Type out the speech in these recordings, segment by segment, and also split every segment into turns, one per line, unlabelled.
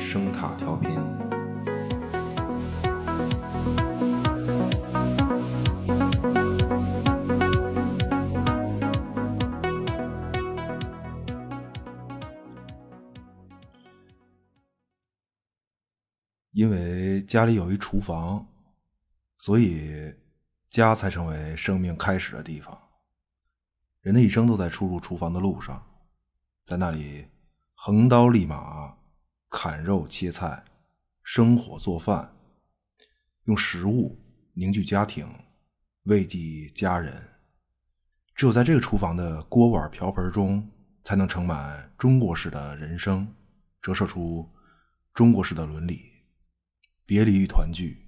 声塔调频。
因为家里有一厨房，所以家才成为生命开始的地方。人的一生都在出入厨房的路上，在那里横刀立马、砍肉切菜、生火做饭，用食物凝聚家庭，慰藉家人。只有在这个厨房的锅碗瓢盆中，才能盛满中国式的人生，折射出中国式的伦理。别离与团聚，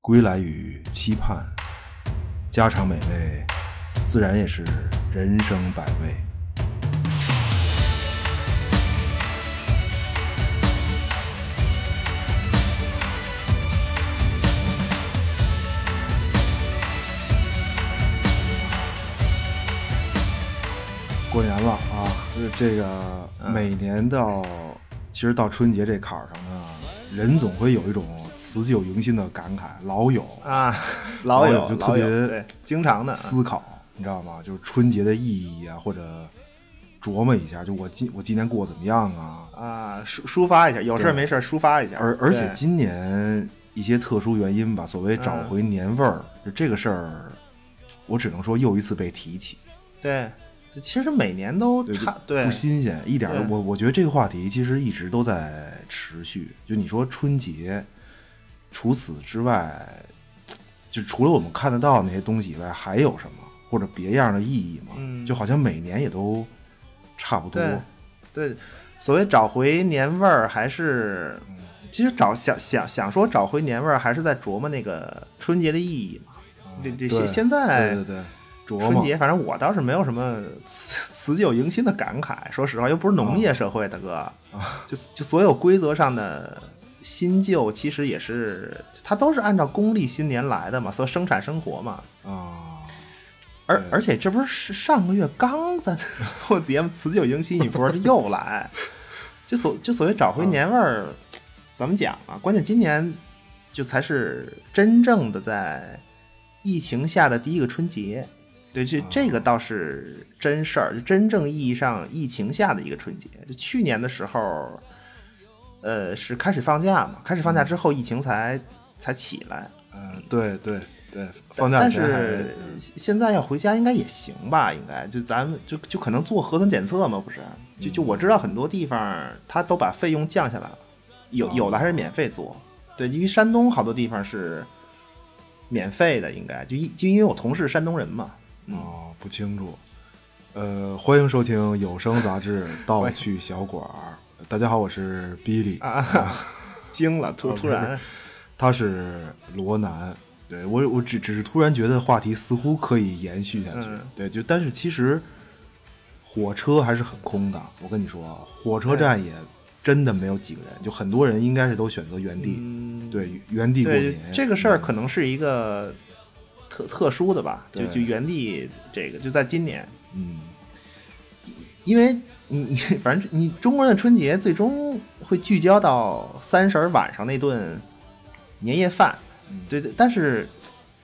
归来与期盼，家常美味，自然也是人生百味。过年了啊，就是这个每年到，其实到春节这坎儿上呢，人总会有一种辞旧迎新的感慨，老有
啊，老
老
有
有就
老
特别
有对，经常的啊
思考，你知道吗？就是春节的意义啊，或者琢磨一下，就我今我今年过得怎么样啊？
啊，抒抒发一下，有事儿没事儿抒发一下。
而而且
对嗯
今年一些特殊原因吧，所谓找回年味儿，就这个事儿，我只能说又一次被提起，
对，这其实每年都
对
差对
不新鲜一点儿。
对
我我觉得这个话题其实一直都在持续。就你说春节，除此之外，就除了我们看得到那些东西以外，还有什么或者别样的意义吗？
嗯
就好像每年也都差不多。啊
对对，所谓找回年味儿，还是嗯其实找想想想说找回年味儿，还是在琢磨那个春节的意义嘛。对对，现现在
对对对，琢
春
磨
节，反正我倒是没有什么辞 辞旧迎新的感慨。说实话，又不是农业社会，大哥，
嗯
就就所有规则上的新旧，其实也是它都是按照公历新年来的嘛，所以生产生活嘛。
啊，
而
对
而且这不是上个月刚咱做节目辞旧迎新一波，这又来，就所就所谓找回年味儿，怎么讲啊？关键今年就才是真正的在疫情下的第一个春节，对，这这个倒是真事儿，就真正意义上疫情下的一个春节。就去年的时候，呃，是开始放假嘛，开始放假之后，疫情才才起来，
呃，对对对，放假
但
前还
是现现在要回家应该也行吧？应该就咱们就就可能做核酸检测嘛，不是？就就我知道很多地方它都把费用降下来了，
哦
有有的还是免费做。对，因为山东好多地方是免费的，应该就因就因为我同事山东人嘛，
哦，不清楚。呃，欢迎收听有声杂志《盗趣小馆儿》。大家好，我是 Billy，、
啊 惊了，
哦
突突然
他是罗南。对我，我只只是突然觉得话题似乎可以延续下去。
嗯
对，就但是其实火车还是很空的。我跟你说，火车站也真的没有几个
嗯
人，就很多人应该是都选择原地，对原地过
对
年。
这个事儿可能是一个特特殊的吧，就
对
就原地这个就在今年，
嗯，
因为你 你反正你中国人的春节最终会聚焦到三十儿晚上那顿年夜饭，对对，但是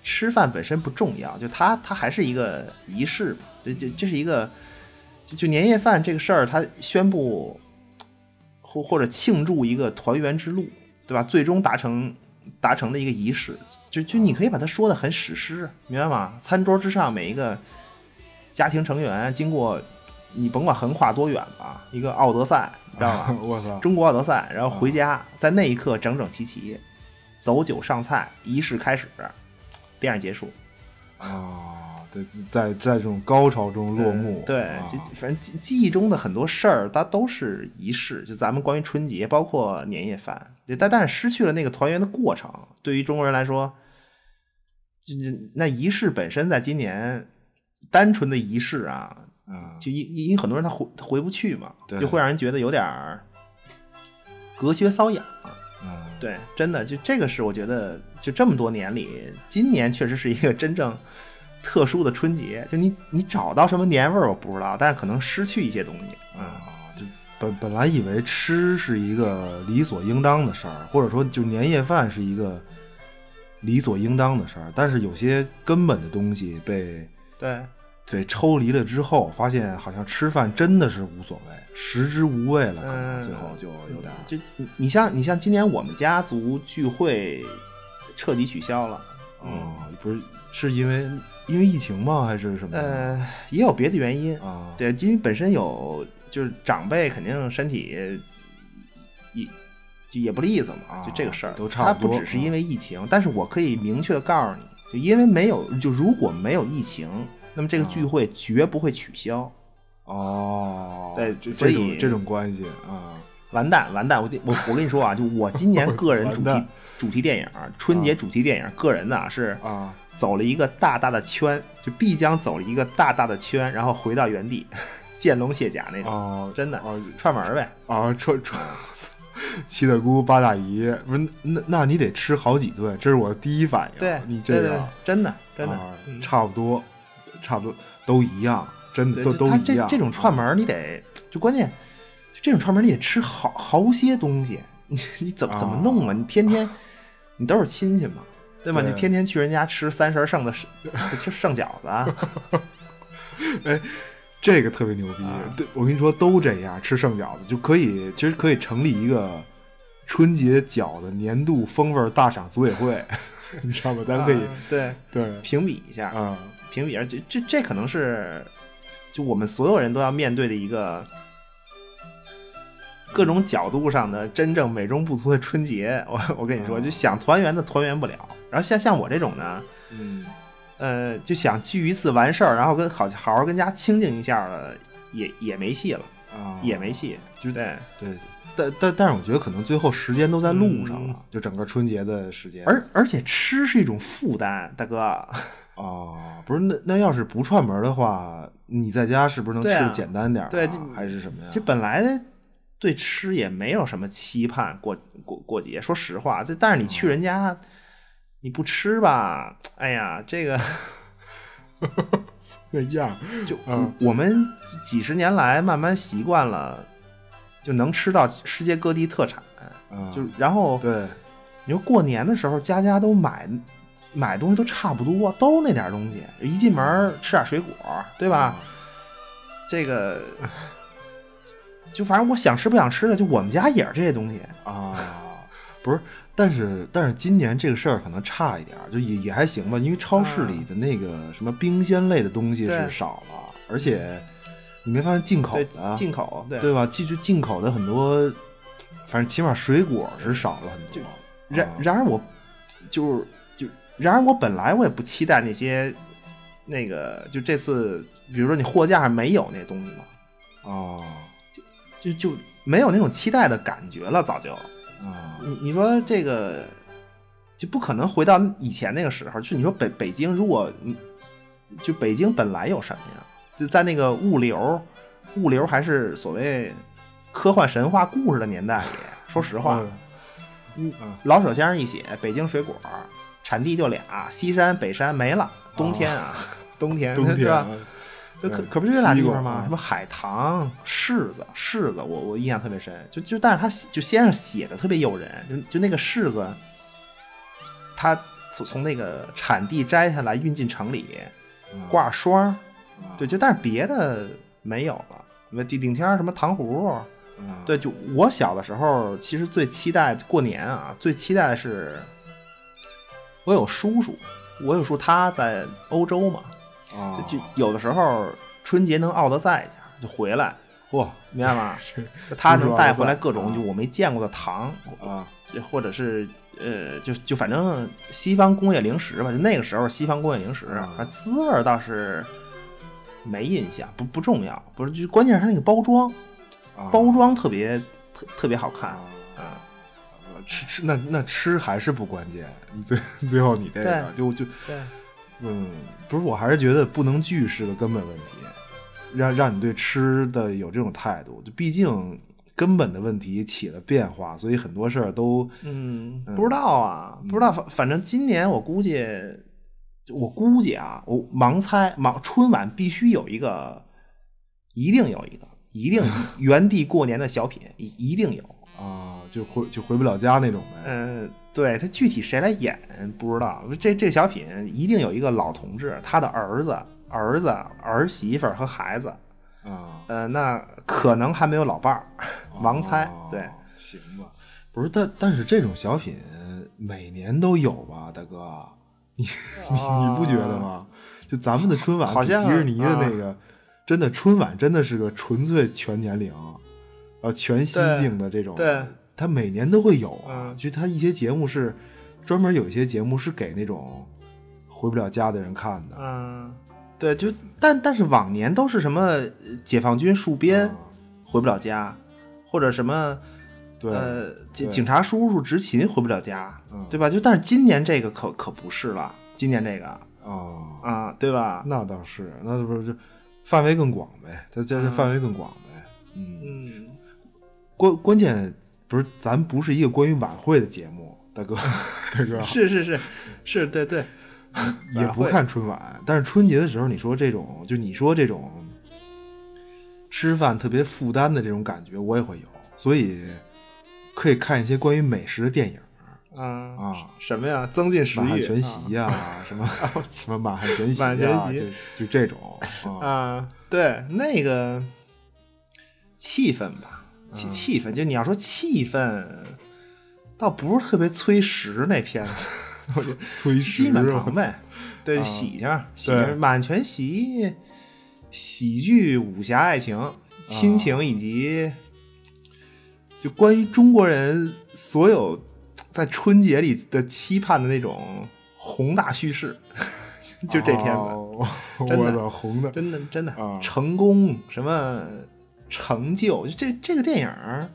吃饭本身不重要，就它它还是一个仪式嘛，对，这这是一个就就年夜饭这个事儿，它宣布或或者庆祝一个团圆之路，对吧？最终达成达成的一个仪式，就就你可以把它说的很史诗，啊明白吗？餐桌之上每一个家庭成员经过你甭管横跨多远吧，一个奥德赛，你知道吗？
我操，
中国奥德赛，然后回家，
嗯
在那一刻整整齐齐，走酒上菜，仪式开始，电影结束，
啊，对，在在这种高潮中落幕，
嗯对
啊，
就反正记记忆中的很多事儿，它都是仪式。就咱们关于春节，包括年夜饭，对但但是失去了那个团圆的过程，对于中国人来说，就就那仪式本身在今年单纯的仪式啊，
嗯，
就因因因为很多人他回他回不去嘛，
对
就会让人觉得有点儿隔靴搔痒。
嗯，
对，真的就这个是我觉得，就这么多年里，今年确实是一个真正特殊的春节。就你你找到什么年味儿，我不知道，但是可能失去一些东西。嗯，
啊，就本本来以为吃是一个理所应当的事儿，或者说就年夜饭是一个理所应当的事儿，但是有些根本的东西被
对，
对抽离了之后，发现好像吃饭真的是无所谓，食之无味了，可能
嗯
最后就有点儿
就你你像你像今年我们家族聚会彻底取消了，嗯，
哦，不是是因为因为疫情吗？还是什么？
呃，也有别的原因，
啊，
对，因为本身有就是长辈肯定身体也就也不利索嘛，
啊
就这个事儿，
都差不多嗯
它不只是因为疫情，但是我可以明确的告诉你，就因为没有，就如果没有疫情，那么这个
啊
聚会绝不会取消。
哦，
对
这
所
这
以
种这种关系啊，
完蛋，完蛋！我得我我跟你说啊，就我今年个人
完
主题
蛋
主题电影儿，春节主题电影儿，个人呢、是
啊，
走了一个大大的圈，就必将走了一个大大的圈，然后回到原地， 见龙卸甲那种，
哦，
真的
哦
串门儿呗。
啊，串串。七大姑八大姨，不是那那你得吃好几顿，这是我的第一反应。
对，
你这
对对
个
对真的真的、
啊
嗯
差不多，差不多都一样，真的
对
都
就
都
他
一
这
样。啊
这种串门儿你得就关键，就这种串门儿你得吃好好些东西，你你怎么怎么弄啊？你 天天你都是亲戚嘛，对吧？
对
你天天去人家吃三十儿剩的剩吃剩饺子啊，
这个特别牛逼
啊。
对，我跟你说，都这样吃剩饺子就可以，其实可以成立一个春节饺子年度风味儿大赏组委会， 你知道吗？ 咱可以、
啊对
对
评比一下，
啊
评比一下，这这这可能是就我们所有人都要面对的一个。各种角度上的真正美中不足的春节，我我跟你说，
啊
就想团圆的团圆不了。然后像像我这种呢，
嗯
呃，就想聚一次完事儿，然后跟好好好跟家清静一下了，也也没戏了，
啊
也没戏，就是对。
对。但但但是，我觉得可能最后时间都在路上了，
嗯
就整个春节的时间。
而而且吃是一种负担，大哥，
啊，不是那那要是不串门儿的话，你在家是不是能吃
对啊
的简单点儿、啊
对就
还是什么呀？
这本来对吃也没有什么期盼，过过过节，说实话，这但是你
嗯
去人家，你不吃吧，哎呀，这个
那样
就、
嗯
我们几十年来慢慢习惯了，就能吃到世界各地特产，
啊，
就然后
对，
你说过年的时候，家家都买买东西都差不多，都那点东西。一进门儿吃点水果，对吧？
嗯
这个 就反正我想吃不想吃的，就我们家也是这些东西。
啊，不是，但是但是今年这个事儿可能差一点儿，就也也还行吧，因为超市里的那个什么冰鲜类的东西是
对
少了，而且你没发现进口
对，
的，
进口对。
啊对吧？进就进口的很多，反正起码水果是少了很
就
多。
然
啊
然而我就是就然而我本来我也不期待那些那个就这次，比如说你货架上没有那东西嘛，
哦
就就没有那种期待的感觉了，早就。
啊
你你说这个就不可能回到以前那个时候，就你说北北京如果嗯就北京本来有什么呀？就在那个物流，物流还是所谓科幻神话故事的年代里，说实话，
嗯
你
嗯
老手先生一写，北京水果产地就俩，西山、北山没了，冬天啊， 冬天
哦冬
是
天
吧
啊？
这可
嗯
可不就这俩地
西瓜
方吗
啊？
什么海棠、柿子、柿子，我我印象特别深。就就，但是他写就先生写的特别诱人，就就那个柿子，他从从那个产地摘下来运进城里，
嗯
挂霜儿，
啊
对，就但是别的没有了。什么地顶天儿什么糖葫芦，
嗯
对，就我小的时候，其实最期待过年啊，最期待的是我有叔叔，我有叔他在欧洲嘛，
啊
就有的时候春节能奥德赛一下就回来，
嚯
明 白吗？就他能带回来各
啊
种就我没见过的糖，
啊
或者是呃，就就反正西方工业零食吧，就那个时候西方工业零食
啊
啊，滋味儿倒是没印象，不不重要，不是，就关键是它那个包装，
啊
包装特别特特别好看，
啊
嗯。
呃吃吃那那吃还是不关键，你最最后你这个就就
对，
嗯，不是，我还是觉得不能拒是个根本问题，让让你对吃的有这种态度，就毕竟根本的问题起了变化，所以很多事儿都
嗯
嗯，
不知道啊，不知道，反反正今年我估计，我估计啊，我盲猜，盲春晚必须有一个，一定有一个，一定原地过年的小品一一定有。
啊，就回就回不了家那种呗。
嗯，对他具体谁来演不知道，这这小品一定有一个老同志，他的儿子、儿子、儿媳妇儿和孩子，
啊，
呃，那可能还没有老伴儿， 盲猜
哦。
对，，
行吧。不是，但但是这种小品每年都有吧，大哥，你 你不觉得吗？就咱们的春晚，
啊好像啊
迪士尼的那个，真的春晚真的是个纯粹全年龄，呃，全新境的这种，
对对，
它每年都会有啊。
嗯
就它一些节目是专门有一些节目是给那种回不了家的人看的。
嗯，对，就但但是往年都是什么呃解放军戍边、
啊
回不了家，或者什么
对，
呃警
对
警察叔叔执勤回不了家，
嗯
对吧？就但是今年这个可可不是了，今年这个
哦，
啊、对吧？
那倒是，那不是就范围更广呗？它这这范围更广呗。嗯，
嗯。
关关键不是咱不是一个关于晚会的节目，大 哥，大哥
是是是，是对对，
也不看春晚，但是春节的时候，你说这种就你说这种吃饭特别负担的这种感觉，我也会有，所以可以看一些关于美食的电影。
嗯
啊
什么呀？增进食
满汉
欲，啊
全席呀、什 么什么满汉全席
满
呀、
汉全席
就就这种啊
啊啊，对，那个气氛吧，
嗯
气气氛，就你要说气氛，倒不是特别催食那片子，
催
基
食
本
啊
堂呗，对，
啊
喜庆，喜
对
庆满全席，喜剧、武侠、爱情、
啊
亲情以及。就关于中国人所有在春节里的期盼的那种宏大叙事， 就这片子，
哦
真
我
的
操，红的，
真的真的、
啊
成功什么成就，这这个电影儿，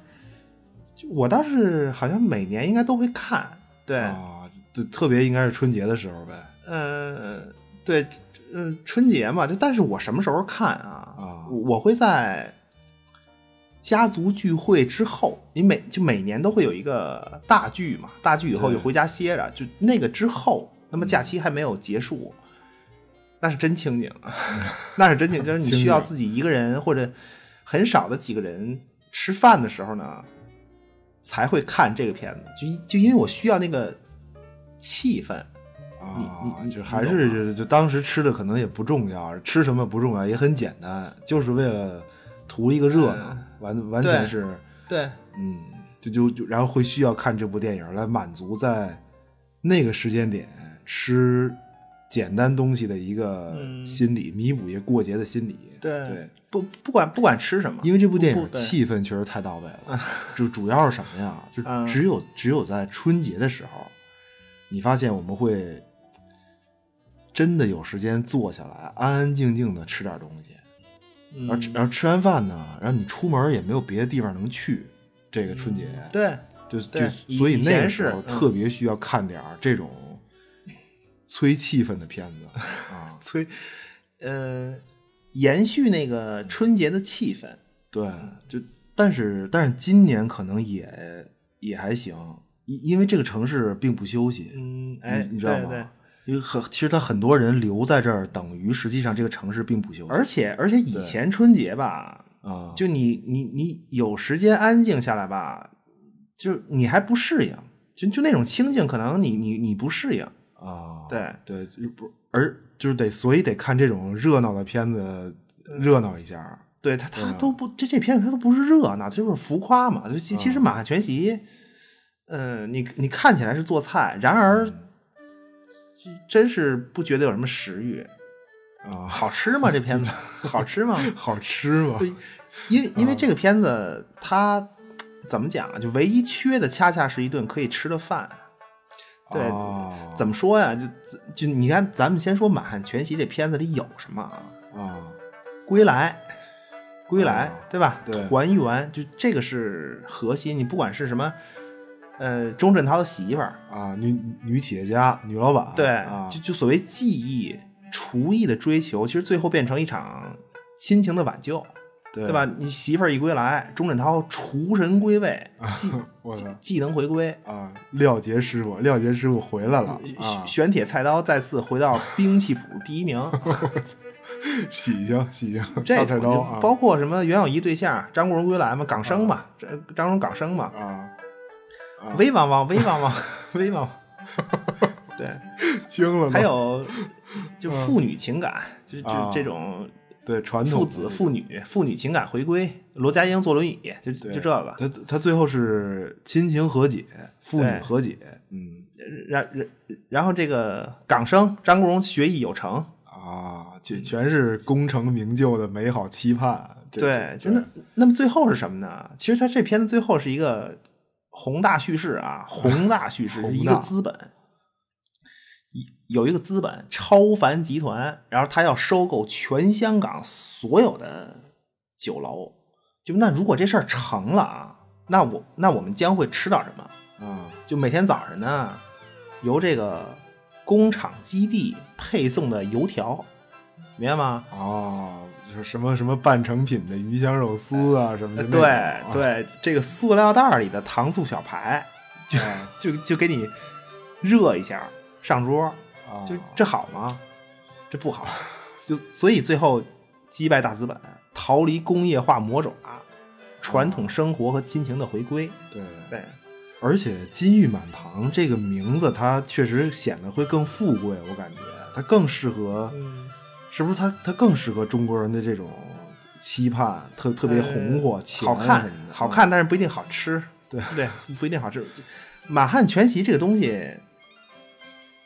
就我倒是好像每年应该都会看，对，
啊，这特别应该是春节的时候呗。
呃，对，嗯、春节嘛，就但是我什么时候看啊？
啊
我我会在家族聚会之后，你每就每年都会有一个大剧嘛，大剧以后
对嗯
就回家歇着，就那个之后，那么假期还没有结束，那是真清静， 那是真清，就是你
清
需要
静
自己一个人或者很少的几个人吃饭的时候呢，才会看这个片子，就因就因为我需要那个气氛。
啊，
你你
就
你
还
懂
是
吗
就就当时吃的可能也不重要，吃什么不重要，也很简单，就是为了图一个热闹，完完全
哎对
是，
对，
嗯，就就就然后会需要看这部电影来满足在那个时间点吃简单东西的一个
嗯
心理，弥补一个过节的心理。
对
对，
不不管不管吃什么，
因为这部电
不
影
不对
气氛确实太到位了，就主要是什么呀？就
嗯
只有只有在春节的时候，你发现我们会真的有时间坐下来，安安静静的吃点东西，
嗯
然后吃然后吃完饭呢，然后你出门也没有别的地方能去，这个春节
对，
就就
嗯对以
所以
以
那
前
个时候
是嗯
特别需要看点儿这种催气氛的片子啊，
所以呃，延续那个春节的气氛，
对，就但是但是今年可能也也还行，因因为这个城市并不休息，
嗯，
你
哎，
你知道
对
吗？
对，
因为很其实他很多人留在这儿，等于实际上这个城市并不休息，
而且而且以前春节吧，
啊，
就你你你有时间安静下来吧，就你还不适应，就就那种清静，可能你你你不适应，
啊，
对
对，就不而就是得所以得看这种热闹的片子，
嗯
热闹一下儿。
对他他都不这这片子他都不是热闹，就是浮夸嘛。就其其实满汉全席，呃，你你看起来是做菜，然而、真是不觉得有什么食欲。
啊，
好吃吗？这片子好吃吗？
好吃吗？
对，因为因为这个片子它怎么讲啊？就唯一缺的恰恰是一顿可以吃的饭。对，
啊
怎么说呀？就就你看，咱们先说《满汉全席》这片子里有什么啊？
啊？
归来，归来，
啊
对吧？
对
团圆，就这个是核心。你不管是什么，呃，钟镇涛的媳妇儿，
啊，女女企业家，女老板，
对，
啊
就就所谓技艺、厨艺的追求，其实最后变成一场亲情的挽救，
对
对吧？？你媳妇儿一归来，钟镇涛厨神归位，技
啊我操
技能回归，
啊！廖杰师傅，廖杰师傅回来了
玄
啊！
玄铁菜刀再次回到兵器谱第一名，
喜庆喜庆，
这
大菜刀啊
包括什么袁咏仪对象张国荣归来嘛，港生嘛，这张国荣港生嘛，
啊，啊
威汪汪威汪汪 威汪汪，对，
惊了呢。
还有就父女情感，就是
嗯啊
就这种
对传统
父
的
子
那
父女父女情感回归，罗家英坐轮椅，就
对
就这个，
他他最后是亲情和解，父女
对
和解，嗯
然然然后这个港生张国荣学艺有成，
啊，这全是功成名就的美好期盼。这
对，
这
就那那么最后是什么呢？其实他这片子最后是一个宏大叙事 啊，宏大叙事
宏
是
大
一个资本，一有一个资本超凡集团，然后他要收购全香港所有的酒楼。就那如果这事儿成了啊，那我那我们将会吃到什么？
啊
就每天早上呢，由这个工厂基地配送的油条，明白吗？
啊，就是什么什么半成品的鱼香肉丝啊什么的那种
呃对
啊，
对，这个塑料袋儿里的糖醋小排，就
啊
就就给你热一下上桌，
啊
就这好吗？这不好， 就所以最后击败大资本，逃离工业化魔爪，传统生活和亲情的回归。
对。
对，
而且“金玉满堂”这个名字，它确实显得会更富贵，我感觉它更适合，
嗯，
是不是它？它更适合中国人的这种期盼，特特别红火、钱
呃嗯好看
什么的
好，看，但是不一定好吃。
对
对，不一定好吃。就满汉全席这个东西，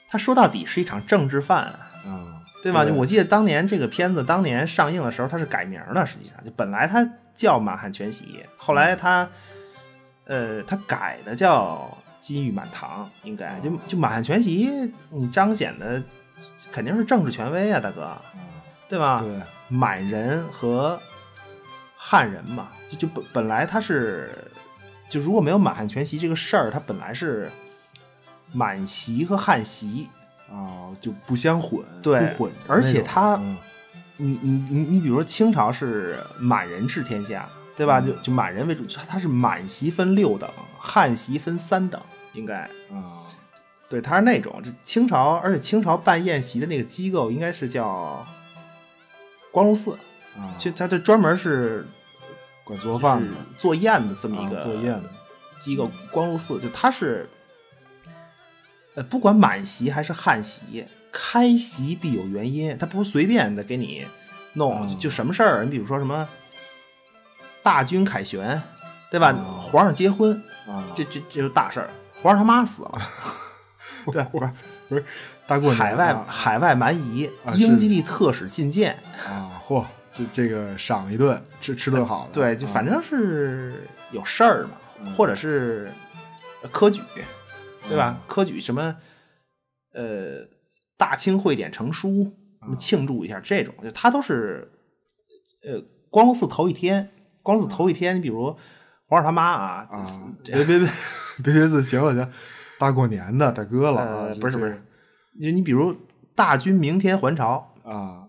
它说到底是一场政治犯。
啊，
对吧？我记得当年这个片子当年上映的时候，它是改名了，实际上就本来它叫《满汉全席》，后来它，
嗯
呃，它改的叫《金玉满堂》，应
哦
该就就《满汉全席》，你彰显的肯定是政治权威啊，大哥，对吧？
哦对
满人和汉人嘛，就就本本来他是，就如果没有满汉全席这个事儿，它本来是满席和汉席，
啊，就不相混，
对
不混着那种，
而且它
嗯
你你你你，比如说清朝是满人治天下，对吧？
嗯
就就满人为主，它它是满席分六等，汉席分三等，应该
啊
对，它是那种这清朝，而且清朝办宴席的那个机构应该是叫光禄寺，
啊，
其实它就专门是
管做
就是
饭的，
做宴的这么一个
啊做宴的，
机构，光禄寺就它是，呃，不管满席还是汉席，开席必有原因，它不是随便的给你弄，
嗯
就就什么事儿，你比如说什么大军凯旋，对吧？
哦
皇上结婚，
啊，
这这这就是大事儿，皇上他妈死了， 对，不是
不是大过年
海外
啊
海外蛮夷
啊，
英
是
吉利特使觐见，
啊，嚯，这这个赏一顿，吃 吃顿好的，
对，就
啊
反正是有事儿嘛，
嗯
或者是呃科举，对吧？科举什么，呃，大清会典成书，什
嗯
么庆祝一下这种，就它都是，呃，光禄寺头一天，光禄寺头一天，你比如皇上他妈啊，
嗯啊，别别别 别别自行了，行，大过年的，大哥了啊，
呃，
这
不是
这
不是，你你比如大军明天还朝，
啊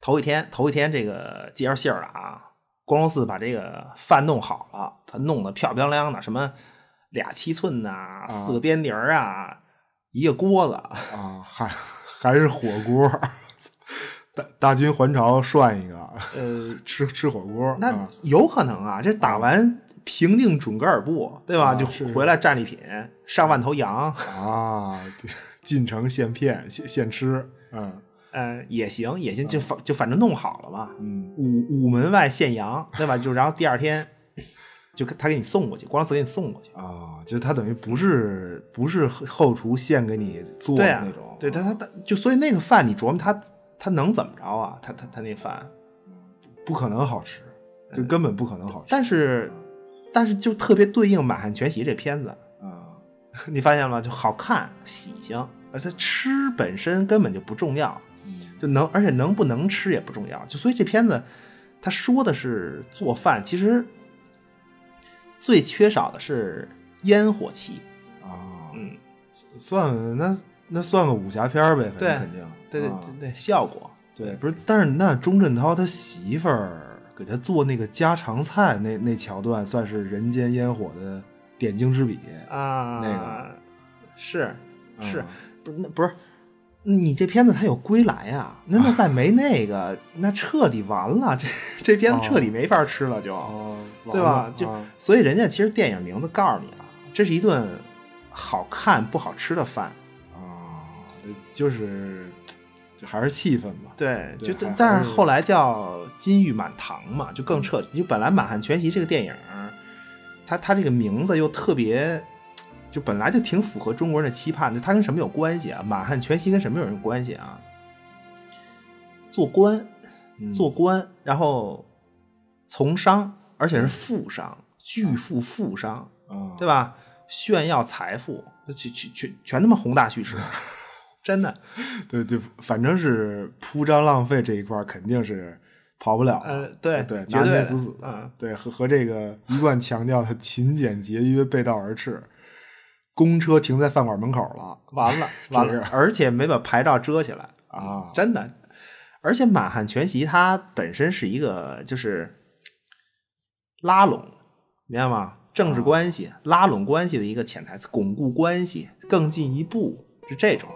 头一天，头一天这个接着信儿了啊，光荣寺把这个饭弄好了，他弄得漂漂亮亮的，什么俩七寸呐、四个边碟儿啊，一个锅子，
啊，还还是火锅， 大大军还朝涮一个，
呃，
吃吃火锅，
那
啊
有可能啊，这打完平定准噶尔部，对吧？
啊
就是回来战利品上万头羊，
啊，对进城现片现现吃，嗯
呃，也行也行，就反就反正弄好了嘛，
嗯
午午门外现羊，对吧？就然后第二天 就他给你送过去，光荣寺给你送过去。
啊，就是他等于不是不是后厨现给你做
对
的
啊
那种，嗯
对他他他就所以那个饭你琢磨他他能怎么着啊？他他他那饭，
不可能好吃，就根本不可能好吃
呃但是但是就特别对应《满汉全席》这片子，
啊
你发现了吗？就好看喜庆，而它吃本身根本就不重要，
嗯
就能而且能不能吃也不重要。就所以这片子他说的是做饭，其实最缺少的是烟火气。
啊，
嗯，
算那那算个武侠片儿呗，反
对
正肯定，
对对
啊
对嗯对，效果。
对，不是，但是那钟镇涛他媳妇儿给他做那个家常菜那那桥段，算是人间烟火的点睛之笔。
啊，
那个
是
嗯
是，不是那不是你这片子它有归来啊，那那再没那个，那彻底完了，这这片子彻底没法吃了就，
哦，
啊对吧？就、
啊、
所以人家其实电影名字告诉你了，这是一顿好看不好吃的饭。
啊，这就是就还是气氛吧。
对，
对
就
还
但但
还
是
是
后来叫《金玉满堂》嘛，就更彻底。就本来《满汉全席》这个电影儿，它它这个名字又特别，就本来就挺符合中国人的期盼的。它跟什么有关系啊？《满汉全席》跟什么有什么关系啊？做官，
嗯
做官，然后从商，而且是富商，巨富富商，
啊，
对吧？炫耀财富，全全全全他妈宏大叙事，真的。
对对，反正是铺张浪费这一块儿肯定是跑不了了。
呃，对
对，
绝
拿
对
捏
的
死死的
嗯。
对，和和这个一贯强调的勤俭节约背道而驰。公车停在饭馆门口了
完 了完了，而且没把牌照遮起来，
啊！
真的。而且满汉全席它本身是一个就是拉拢，明白吗？政
啊
治关系、拉拢关系的一个潜台词，巩固关系，更进一步是这种。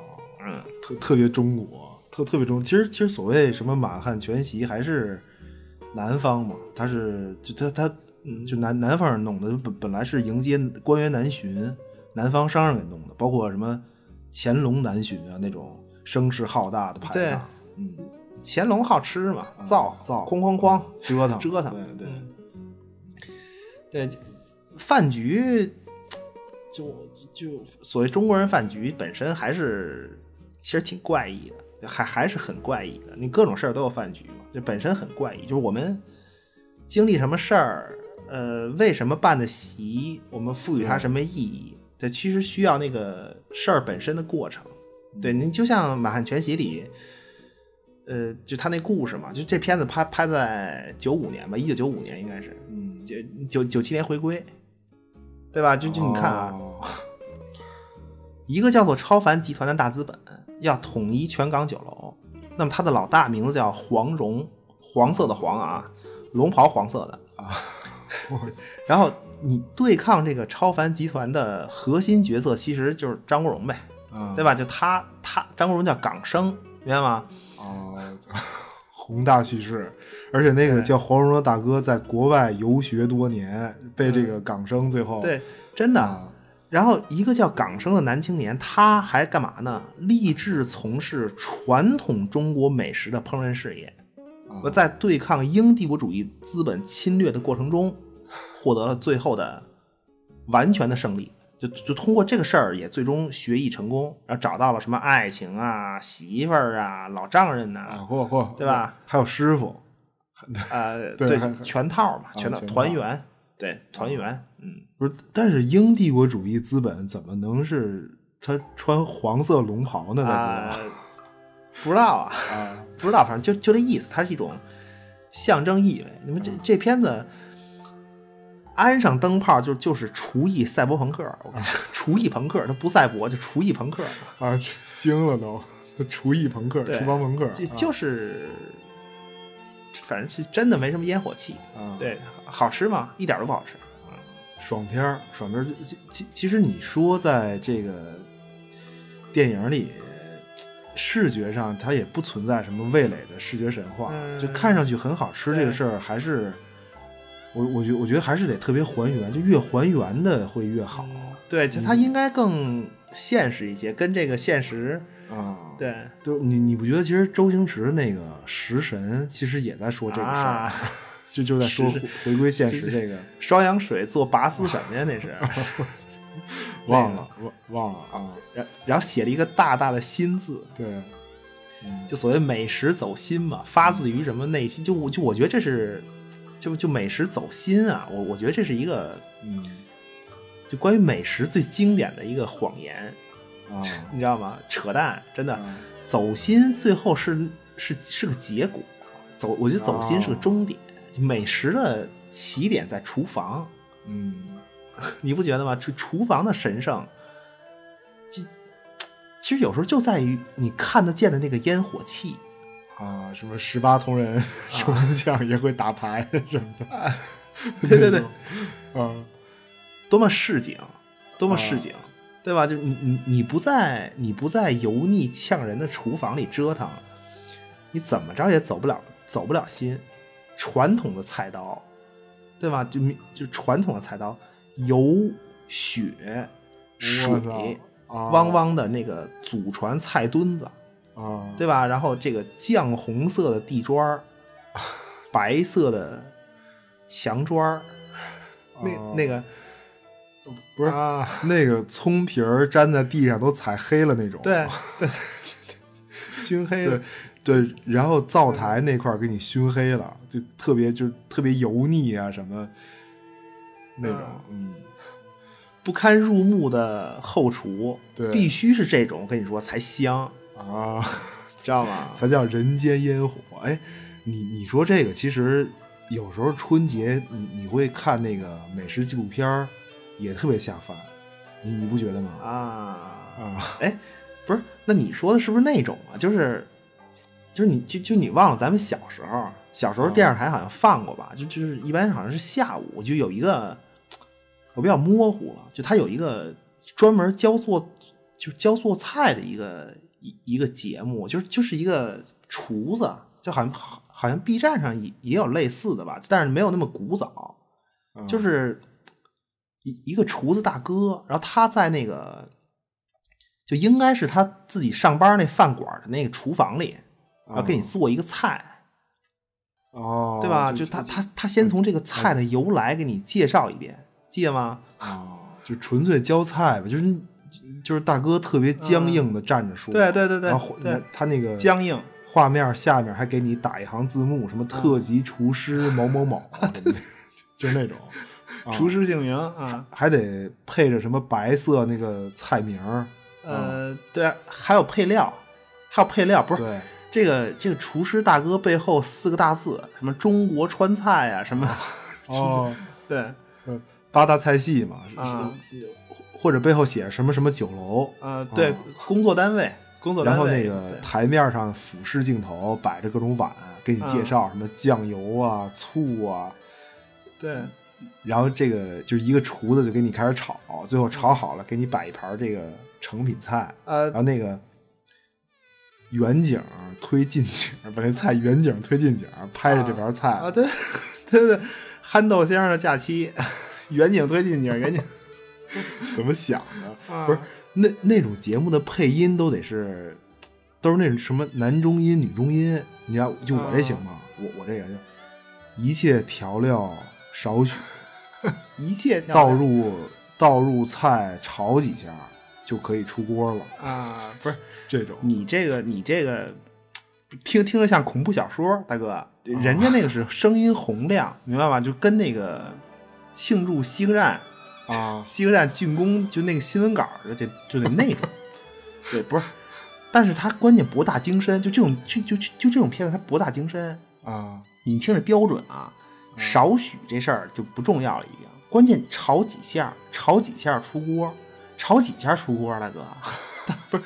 嗯，
特特别中国，特特别中。其实其实所谓什么满汉全席，还是南方嘛，他是就他他嗯就南南方人弄的，本本来是迎接官员南巡，南方商人给弄的，包括什么乾隆南巡啊那种声势浩大的排
对
场，嗯，啊
乾隆好吃嘛，造
造
哐哐哐，
折腾
折腾
对对。
对，就饭局，就就所谓中国人饭局本身还是其实挺怪异的，还还是很怪异的。你各种事儿都有饭局嘛，就本身很怪异。就是我们经历什么事儿，呃，为什么办的席，我们赋予它什么意义，对，其实需要那个事儿本身的过程。对，您就像《满汉全席》里。呃，就他那故事嘛，就这片子拍拍在九五年吧，一九九五年应该是，
嗯，
九九九七年回归，对吧？就就你看啊，
哦
一个叫做超凡集团的大资本要统一全港酒楼，那么他的老大名字叫黄蓉，黄色的黄啊，龙袍黄色的啊。然后你对抗这个超凡集团的核心角色其实就是张国荣呗，
啊，
对吧？就他他张国荣叫港生，明白吗？
哦， 宏大叙事，而且那个
对
叫黄蓉的大哥在国外游学多年，被这个港生最后
嗯对，真的。
啊
然后一个叫港生的男青年，他还干嘛呢？立志从事传统中国美食的烹饪事业
啊。
我在对抗英帝国主义资本侵略的过程中，获得了最后的完全的胜利。就就通过这个事儿，也最终学艺成功，然后找到了什么爱情啊、媳妇儿啊、老丈人呐、
啊，嚯嚯，
对吧？
还有师傅，
呃，
对
对
还，还
全套嘛，全套
全套
团圆，对，团圆，嗯，
不是？但是英帝国主义资本怎么能是他穿黄色龙袍呢？
啊
大，
不知道啊。
哥啊，
不知道，反正就就这意思，它是一种象征意味。你们这这片子安上灯泡就就是厨艺赛博朋克，我跟你说，厨艺朋克，它不赛博，就厨艺朋克，
啊，惊了都！厨艺朋克，
对
厨房朋克，
就
啊
就是，反正是真的没什么烟火气。
啊，
对，好吃吗？一点都不好吃。
爽片儿，爽片儿。其其其实你说在这个电影里，视觉上它也不存在什么味蕾的视觉神话，
嗯
就看上去很好吃这个事儿，还是我我觉我觉得还是得特别还原，就越还原的会越好
对，它它应该更现实一些，跟这个现实
啊。，
对
就你你不觉得其实周星驰那个《食神》其实也在说这个事儿，
啊，
就就在说
食
回回归现实这个。
双氧水做拔丝什么呀？那是。
忘了，忘忘了啊！
然然后写了一个大大的“心”字，
对，嗯
就所谓美食走心嘛，发自于什么内心？就我就我觉得这是，就就美食走心啊，我我觉得这是一个
嗯
就关于美食最经典的一个谎言，
啊
你知道吗？扯淡，真的，
啊
走心最后是是是个结果，啊走，我觉得走心是个终点，就美食的起点在厨房，
嗯。
你不觉得吗？厨厨房的神圣，其其实有时候就在于你看得见的那个烟火气。
啊，什么十八铜 人什么奖也会打牌什么的，
啊 对对对，
啊
多么市井，多么市井。对吧？就你你你不在你不在油腻呛人的厨房里折腾，你怎么着也走不了走不了心。传统的菜刀，对吧？就民就传统的菜刀，油、血、
我
水，
操啊
汪汪的那个祖传菜墩子，
啊，
对吧？然后这个酱红色的地砖 儿，白色的墙砖儿，那
啊
那个
不是
啊，
那个葱皮儿粘在地上都踩黑了那种，啊
对对，熏黑的
对，对，然后灶台那块儿给你熏黑了，就特别就是特别油腻啊什
嗯
么那种，嗯，
不堪入目的后厨，
对
必须是这种，我跟你说才香，
啊，
知道吗？
才叫人间烟火。哎，你你说这个，其实有时候春节你你会看那个美食纪录片儿，也特别下饭，你你不觉得吗？
啊，
啊，
哎，不是，那你说的是不是那种啊？就是，就是你就就你忘了咱们小时候，小时候电视台好像放过吧？就就是一般好像是下午就有一个，我比较模糊了，就它有一个专门教做就是教做菜的一个一一个节目，就是就是一个厨子，就好像好好像 B 站上也也有类似的吧，但是没有那么古早。
啊
就是一一个厨子大哥，然后他在那个就应该是他自己上班那饭馆的那个厨房里，然后给你做一个菜，
哦，
啊对吧？
就
就他他他先从这个菜的由来给你介绍一遍，记得吗？
啊，就纯粹教菜吧，就是就是大哥特别僵硬的站着说，
嗯对对对对
然后
对
他那个
嗯僵嗯硬，
画面下面还给你打一行字幕，什么特级厨师某某 某，什么的就是那种，啊
厨师姓名啊，
还得配着什么白色那个菜名儿，
呃，对啊，还有配料，还有配料，不是
对，
这个这个厨师大哥背后四个大字，什么中国川菜啊，什么、
哦，
对，
嗯八大菜系嘛，
啊
是是或者背后写着什么什么酒楼，
呃，对，工作单位，工作单
哦然
位，
后那个
对
台面上俯视镜头摆着各种碗，给你
嗯
介绍什么酱油啊、醋啊，
对，
然后这个就是一个厨子就给你开始炒，最后炒好了给你摆一盘这个成品菜，然
呃，
后那个远景推近景，把那菜远景推近景，拍着这盘菜，
啊，对，对对，憨豆先生的假期，远景推进景，远景，
怎么想的？
啊
不是那那种节目的配音都得是，都是那种什么男中音、女中音，你要就我这
啊
行吗？我我这个就一切调料少许，
一切漂
倒
亮
入倒入菜炒几下就可以出锅了。
啊，不是
这种
你这个你这个，听听着像恐怖小说，大
哦
哥，人家那个是声音洪亮，明白吧？就跟那个庆祝西客站
啊，
西客站竣工就那个新闻稿儿就得就得那种，对，不是，但是他关键博大精深，就这种就就就就这种片子，他博大精深
啊，
你听着标准啊，少许这事儿就不重要了，已经，关键炒几下，炒几下出锅，炒几下出锅，大哥，啊不是，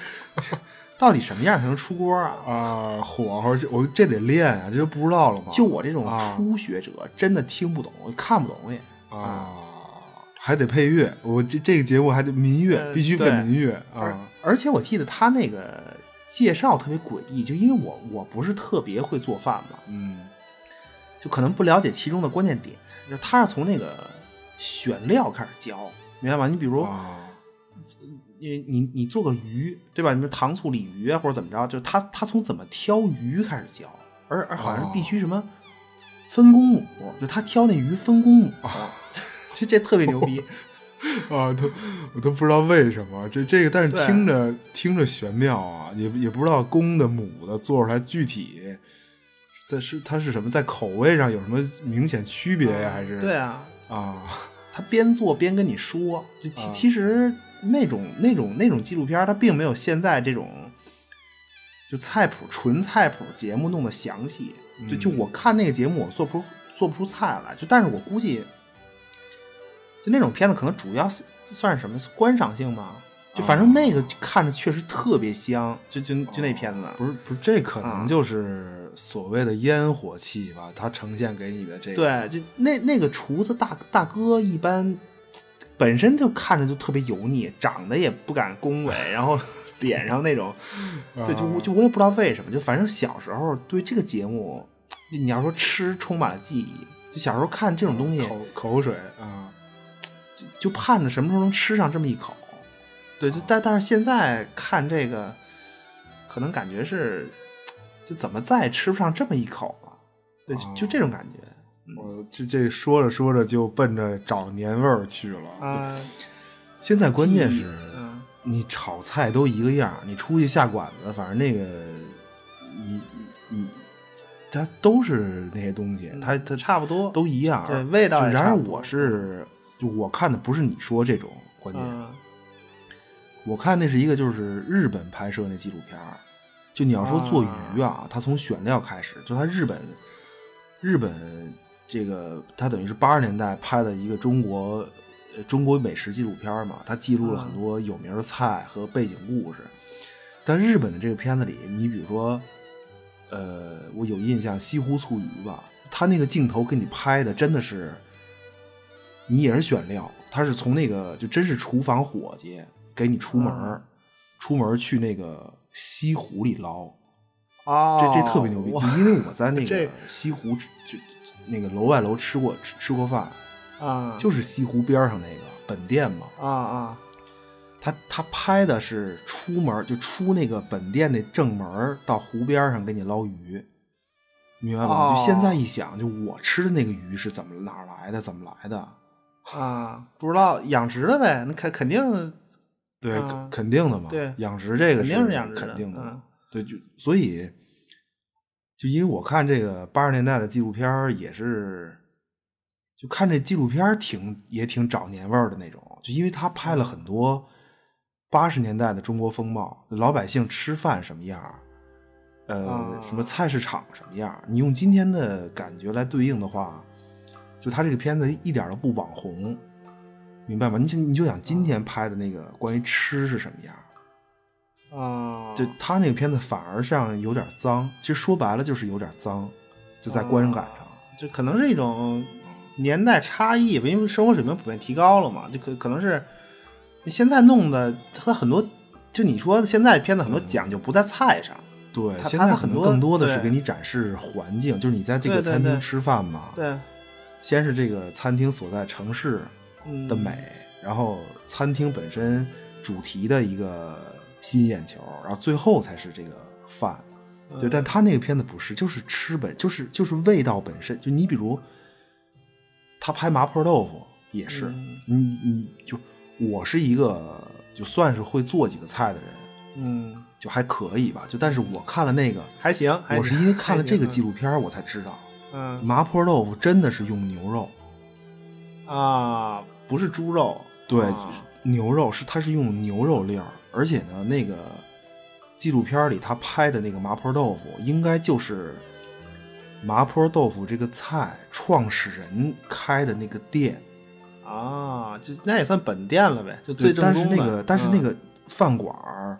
到底什么样才能出锅啊？
啊，火候，这我这得练啊，这就不知道了吗？
就我这种
啊
初学者，真的听不懂，看不懂也。
啊，还得配乐，我这这个节目还得民乐，
呃
必须配
对
民乐
而
啊
而且我记得他那个介绍特别诡异，就因为我我不是特别会做饭嘛，
嗯
就可能不了解其中的关键点。就他是从那个选料开始教，明白吗？你比如
啊
你你你做个鱼，对吧？你说糖醋鲤鱼啊，或者怎么着，就他他从怎么挑鱼开始教，而而好像
啊
是必须什么分公母，就他挑那鱼分公母， 这这特别牛 逼。
啊，都我都不知道为什么这这个，但
对
是听着听着玄妙啊，也也不知道公的母的做出来具体在是它是什么，在口味上有什么明显区别呀、还是
对啊，
啊
他边做边跟你说，就其
啊
其实那种那种那种纪录片儿，它并没有现在这种就菜谱纯菜谱节目弄得详细。就
嗯
就我看那个节目，我做不出做不出菜来。就但是我估计，就那种片子可能主要是算是什么观赏性嘛。就反
哦
正那个看着确实特别香，就就就那片子，
不是不是，这可
啊
能就是所谓的烟火气吧，它呈现给你的这个
对，就那那个厨子大大哥一般
本身就看着就特别油腻，长得也不敢恭维，然后脸上那种，对，就我就我也不知道为什么，就反正小时候对这个节目，你要说吃充满了记忆，就小时候看这种东西，
口口水啊，
就盼着什么时候能吃上这么一口。对，就但但是现在看这个，可能感觉是，就怎么再也吃不上这么一口了？对，就就这种感觉。
我这这说着说着就奔着找年味儿去了。
啊，
现在关键是
嗯，
你炒菜都一个样儿，你出去下馆子，反正那个你你它都是那些东西，它它
嗯差不多。
都一样儿。
对，味道
就
也
然
差
而
不多
我是就我看的不是你说这种观点，
嗯
我看那是一个就是日本拍摄那纪录片儿，就你要说做鱼啊，它从选料开始，就它日本日本这个它等于是八十年代拍的一个中国呃中国美食纪录片儿嘛，它记录了
嗯
很多有名的菜和背景故事。在日本的这个片子里，你比如说，呃，我有印象西湖醋鱼吧，它那个镜头给你拍的真的是。你也是选料，他是从那个就真是厨房伙计给你出门
嗯
儿，出门儿去那个西湖里捞，
哦，
这这特别牛逼
哇，
因为我 在那个
这
西湖吃就就那个楼外楼吃过吃吃过饭，
啊，
就是西湖边儿上那个本店嘛，
啊啊
他他拍的是出门儿就出那个本店那正门儿到湖边儿上给你捞鱼，明白吗？
哦
就现在一想，就我吃的那个鱼是怎么哪儿来的，怎么来的？
啊，不知道养殖的呗，那肯肯定
对，
啊
肯肯定的嘛。
对
养殖这个
肯定是养殖的
肯定的嘛。
嗯
对，就所以，就因为我看这个八十年代的纪录片儿也是，就看这纪录片儿挺也挺找年味儿的那种，就因为他拍了很多八十年代的中国风貌，老百姓吃饭什么样儿。呃，
啊
什么菜市场什么样儿？你用今天的感觉来对应的话，就他这个片子一点儿都不网红，明白吗？你就你就想今天拍的那个关于吃是什么样儿，
啊，
就他那个片子反而像有点脏，其实说白了就是有点脏，就在观感上。
哦这可能是一种年代差异吧，因为生活水平普遍提高了嘛，就可可能是你现在弄的，它很多就你说现在片子很多讲究不在菜上，
对，
他
现
他
在
很
可能
多
更多的是
对
给你展示环境，就是你在这个
对对
餐厅
对
吃饭嘛，
对，
先是这个餐厅所在城市
嗯
的美，然后餐厅本身主题的一个吸引眼球，然后最后才是这个饭。
嗯
对，但他那个片子不是，就是吃本，就是就是味道本身。就你比如，他拍麻婆豆腐也是，
嗯
你你就我是一个就算是会做几个菜的人，
嗯，
就还可以吧。就但是我看了那个，
还行，还
我是
行
因为看了这个
还
纪
行
录片儿我才知道，
嗯
麻婆豆腐真的是用牛肉，
啊，嗯不是猪肉，
对，
啊
牛肉是它是用牛肉粒儿，而且呢，那个纪录片里他拍的那个麻婆豆腐，应该就是麻婆豆腐这个菜创始人开的那个店。
啊，就那也算本店了呗，就最
对，
正
但是
宗
那
的
个但是那
嗯
个饭馆儿，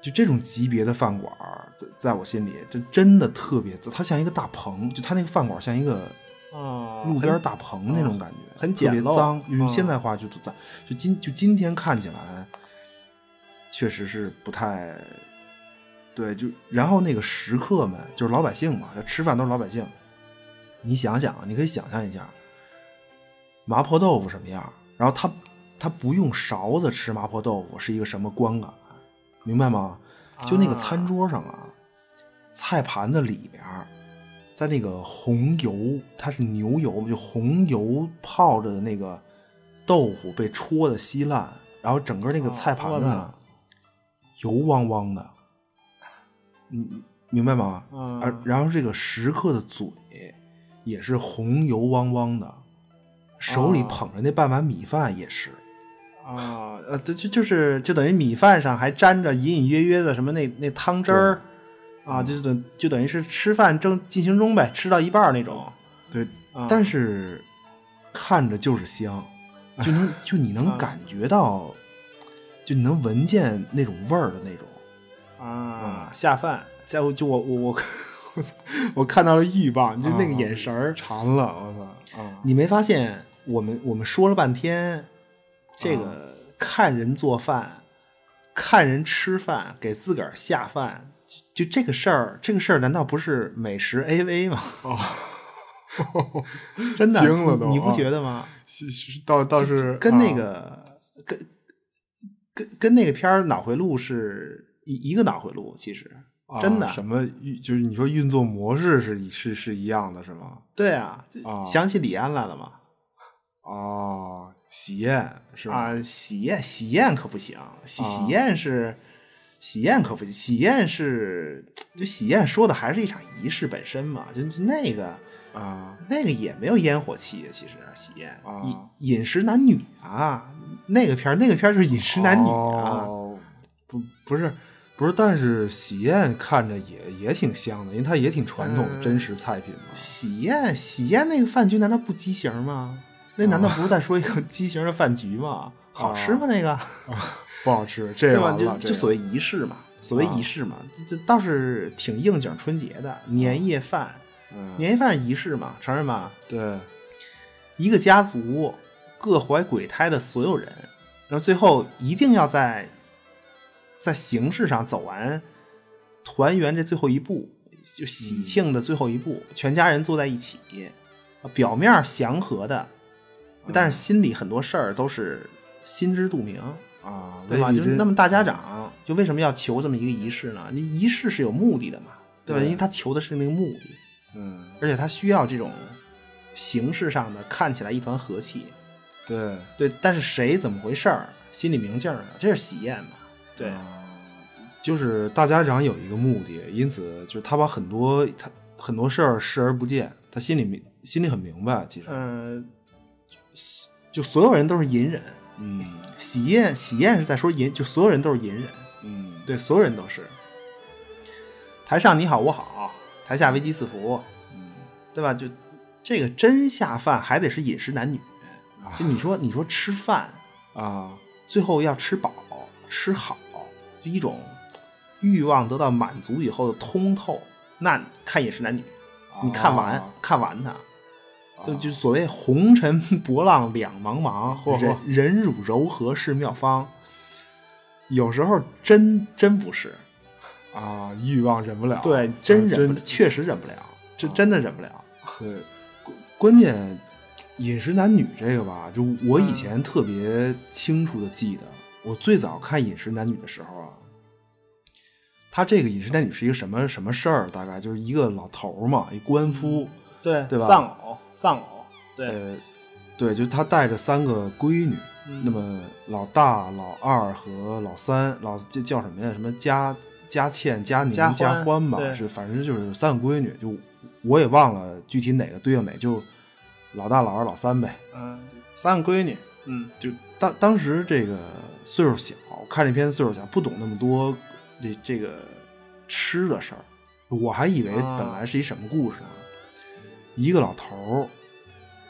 就这种级别的饭馆儿，在在我心里，这真的特别，它像一个大棚，就它那个饭馆像一个
啊
路边
很嗯
大棚那种感觉，
很
特别
简陋
脏。用
嗯
现代话就就脏，就今就今天看起来，确实是不太对。就然后那个食客们，就是老百姓嘛，吃饭都是老百姓。你想想，你可以想象一下，麻婆豆腐什么样，然后他他不用勺子吃麻婆豆腐是一个什么观感，啊明白吗？就那个餐桌上啊，菜盘子里边儿，在那个红油，它是牛油，就红油泡着的那个豆腐被戳的稀烂，然后整个那个
哦
菜盘子
我
呢
操，
油汪汪的，你明白吗？
嗯
而然后这个食客的嘴也是红油汪汪的，手里
哦
捧着那半碗米饭也是。
啊，呃，对，就就是就等于米饭上还沾着隐隐约约的什么那那汤汁儿，啊，就等就等于是吃饭正进行中呗，吃到一半儿那种。
对，
啊
但是看着就是香，就能就你
嗯
能感觉到，就你能闻见那种味儿的那种。
啊，下饭下午就我我我嗯啊我我看到了欲望，就那个眼神儿、馋了，我操啊！你没发现
我们我们说了半天，这
啊
个看人做饭，看人吃饭，给自个儿下饭，就就这个事儿，这个事儿难道不是美食 AV 吗？真的，
哦惊了都
你不
啊
觉得吗？
是是倒倒是
跟
啊
那个、跟跟跟那个片儿《脑回路》是一一个脑回路，其实
啊
真的
什么运就是你说运作模式是一是是一样的，是吗？
对啊，
啊
想起李安来了嘛？
哦，喜宴是吧？
啊，喜宴喜宴可不行，喜
啊
喜宴是喜宴可不行，喜宴是就喜宴说的还是一场仪式本身嘛，就就那个
啊
那个也没有烟火气，其实喜宴
啊
饮饮食男女啊，那个片儿那个片儿是饮食男女啊，
哦
不不是不是，但是喜宴看着也也挺香的，因为它也挺传统的
嗯
真实菜品嘛。
喜宴，喜宴那个饭局难道不畸形吗？那难道不是在说一个 畸形的饭局吗？好吃吗？那个
不好吃，这
对
个
吧？
完
就
了，
就所谓仪式嘛，所谓仪式嘛，这这倒是挺应景春节的年夜饭，啊
嗯，
年夜饭是仪式嘛，承认吧？
对，
一个家族各怀鬼胎的所有人，然后最后一定要在在形式上走完团圆这最后一步，就喜庆的最后一步，全家人坐在一起，啊表面祥和的，但是心里很多事儿都是心知肚明，
啊，
对吧？
未
就
必
是
真
那么大家
嗯
长，就为什么要求这么一个仪式呢？你仪式是有目的的嘛，对吧？
对
因为他求的是那个目的。
嗯，
而且它需要这种形式上的看起来一团和气，
对
对，但是谁怎么回事儿，心里明镜儿啊，这是喜宴嘛，对，
啊
就是大家长有一个目的，因此就是他把很多他很多事儿视而不见，他心里明心里很明白，其实。
嗯、就所有人都是隐忍，
嗯
喜宴喜宴是在说隐，就所有人都是隐忍，
嗯，
对，所有人都是，台上你好我好，台下危机四伏，
嗯
对吧？就这个真下饭还得是饮食男女，就你说你说吃饭。
啊
最后要吃饱、吃好，就一种欲望得到满足以后的通透。那看《饮食男女》，你看完、
啊
看完它，就
啊
就所谓红尘博浪两茫茫，
嚯嚯
人忍辱柔和是妙方。有时候真真不是，
啊，欲望忍不了，
对
啊，
哦嗯真哦忍不了，
真
确实忍不了，这真的忍不了。
对，关关键饮食男女这个吧，就我
嗯
以前特别清楚的记得，我最早看饮食男女的时候啊，他这个饮食男女是一个什么什么事儿？大概就是一个老头儿嘛，一官
嗯
夫，
对
对吧
丧偶，丧偶，对，
呃，对，就他带着三个闺女，
嗯
那么老大、老二和老三，老这叫什么呀？什么佳佳倩、佳宁、
佳
佳
欢
欢吧
对，
是反正就是三个闺女，就我也忘了具体哪个对应哪，就老大、老二、老三呗。
嗯，三个闺女，嗯，
就当当时这个岁数小，看这片岁数小，不懂那么多这这个吃的事儿，我还以为
啊
本来是一什么故事呢？一个老头儿，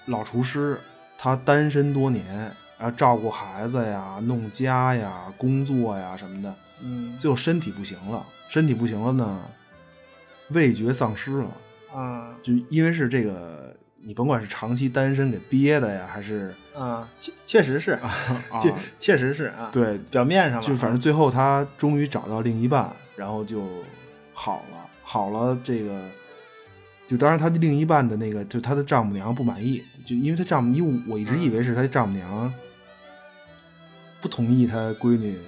老厨师，他单身多年，啊，照顾孩子呀、弄家呀、工作呀什么的，
嗯，
最后身体不行了，身体不行了呢，味觉丧失了。
啊，
就因为是这个，你甭管是长期单身给憋的呀，还是
啊，确确实是，确、确实是啊，，
对
表面上吧
就反正最后他终于找到另一半，然后就好了，好了这个，就当然他的另一半的那个，就他的丈母娘不满意，就因为他丈母，因为我一直以为是他丈母娘不同意他闺女，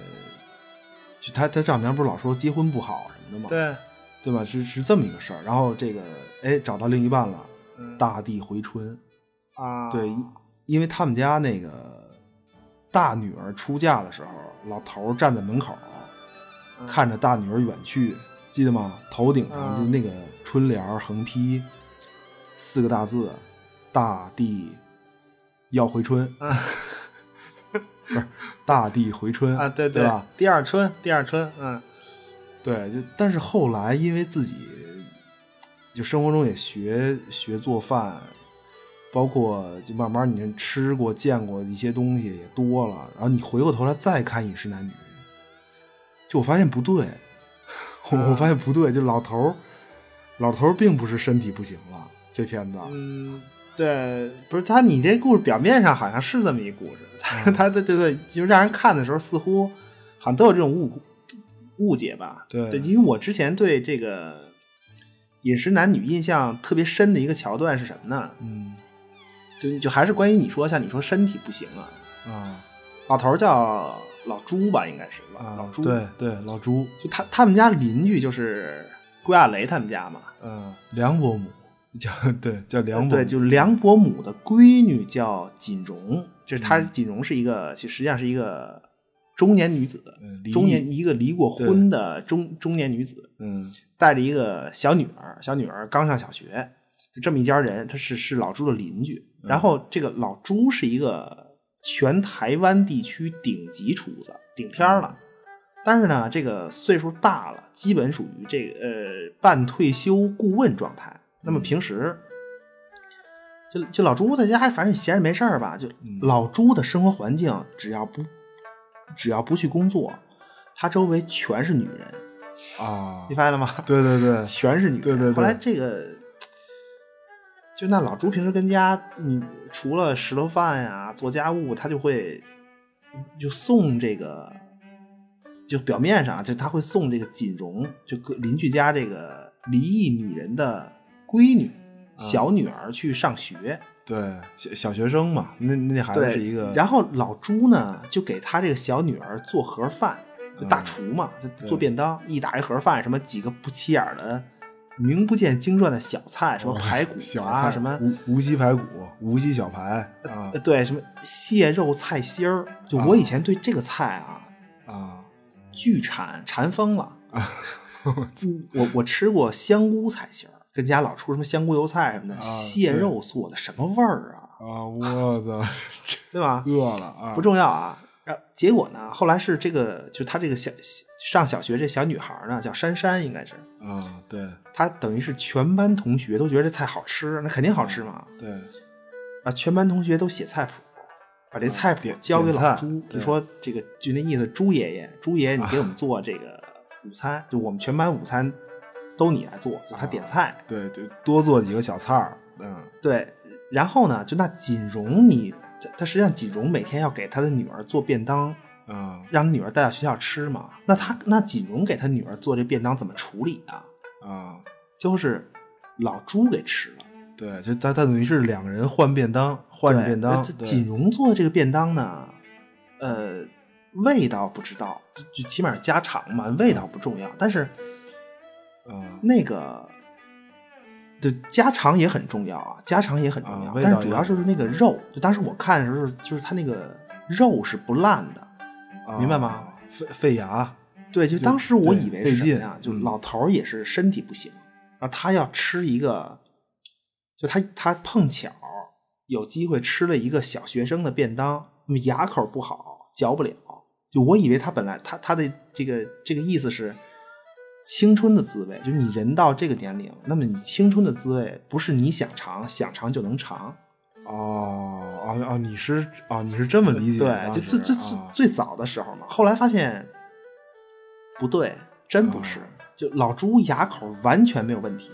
就他他丈母娘不是老说结婚不好什么的嘛，
对，
对吧？是是这么一个事儿，然后这个哎找到另一半了，
嗯
大地回春，
啊，
对，因因为他们家那个大女儿出嫁的时候，老头儿站在门口儿，
嗯
看着大女儿远去，记得吗？头顶上
啊
就那个春联儿横批，四个大字：“大地要回春。
嗯
不是大地回春
啊，对
对吧？
第二春，第二春，嗯
对，就但是后来因为自己就生活中也学学做饭，包括就慢慢你吃过见过一些东西也多了，然后你回过头来再看《饮食男女》，就我发现不对，我
嗯
我发现不对，就老头儿老头儿并不是身体不行了，这片子
嗯，
对，不是他，你这故事表面上好像是这么一故事， 他他对对对，就让人看的时候似乎好像都有这种误误解吧？
对
对，因为我之前对这个饮食男女印象特别深的一个桥段是什么呢？
嗯
就就还是关于你说像你说身体不行啊，
啊
老头儿叫老朱吧，应该是吧？
啊，
老朱，，
对对，老朱，
就他他们家邻居就是郭亚雷他们家嘛，
嗯，
呃
梁伯母叫对叫梁伯母，
呃对，就是梁伯母的闺女叫锦荣，就是她
嗯
锦荣是一个，其实实际上是一个中年女子，
嗯离异
中年一个离过婚的中中年女子，
嗯
带着一个小女儿，小女儿刚上小学，就这么一家人，她是是老朱的邻居。然后这个老朱是一个全台湾地区顶级厨子，顶天儿了。但是呢，这个岁数大了，基本属于这个呃半退休顾问状态。那么平时，就就老朱在家，反正闲着没事儿吧，就老朱的生活环境，只要不只要不去工作，他周围全是女人，
啊
你，发现了吗？
对对对，
全是女人。
对对对
后来这个，就那老朱平时跟家，你除了石头饭呀、做家务，他就会就送这个，就表面上啊就他会送这个锦荣，就各邻居家这个离异女人的闺女、
啊
小女儿去上学。
对小小学生嘛，那那孩子
对，
是一个，
然后老朱呢，就给他这个小女儿做盒饭，就
嗯
大厨嘛，就做便当，一打一盒饭，什么几个不起眼儿的、名不见经传的小菜，什么排骨
小
啊，
菜
什么
无无锡排骨、无锡小排啊
呃对，什么蟹肉菜心儿。就
啊
我以前对这个菜啊，
啊
巨馋馋疯了。嗯我我吃过香菇菜心儿，跟家老出什么香菇油菜什么的，
啊
蟹
对
肉做的什么味儿啊，
啊！我操，这
对吧？
饿了啊！
不重要啊。然后结果呢，后来是这个，就她这个小上小学这小女孩呢，叫珊珊，应该是
啊，对
她等于是全班同学都觉得这菜好吃，那肯定好吃嘛。
对
啊，全班同学都写菜谱，把这菜谱交给老朱，就说这个就那意思，朱爷爷，朱爷爷，你给我们做这个午餐，就我们全班午餐都你来做，就他点菜。
对对，多做几个小菜儿，嗯
对，然后呢，就那锦荣你，他他实际上锦荣每天要给他的女儿做便当，
啊
让他女儿带到学校吃嘛。那他那锦荣给他女儿做这便当怎么处理啊？
啊，
就是老朱给吃了，
对，就他他等于是两个人换便当，换着
对
便当
那这，
对
锦荣做的这个便当呢，呃，味道不知道，就就起码是家常嘛，味道不重要，但是呃
啊
那个。对，家常也很重要啊，家常也很重要，
啊味道
但
也
是主要就是那个肉，就当时我看的时候，就是它那个肉是不烂的，
啊
明白吗？
费费牙，
对，就当时我以为
对
是什么
费
呀？就
劲嗯
老头儿也是身体不行，然后他要吃一个，就他他碰巧有机会吃了一个小学生的便当，那么牙口不好，嚼不了。就我以为他本来他他的这个这个意思是青春的滋味，就你人到这个年龄，那么你青春的滋味不是你想尝想尝就能尝。
哦哦哦，你是哦你是这么理解的
对，
当
就
时？
最最最
啊
最早的时候嘛，后来发现不对，真不
啊
是，就老朱牙口完全没有问题。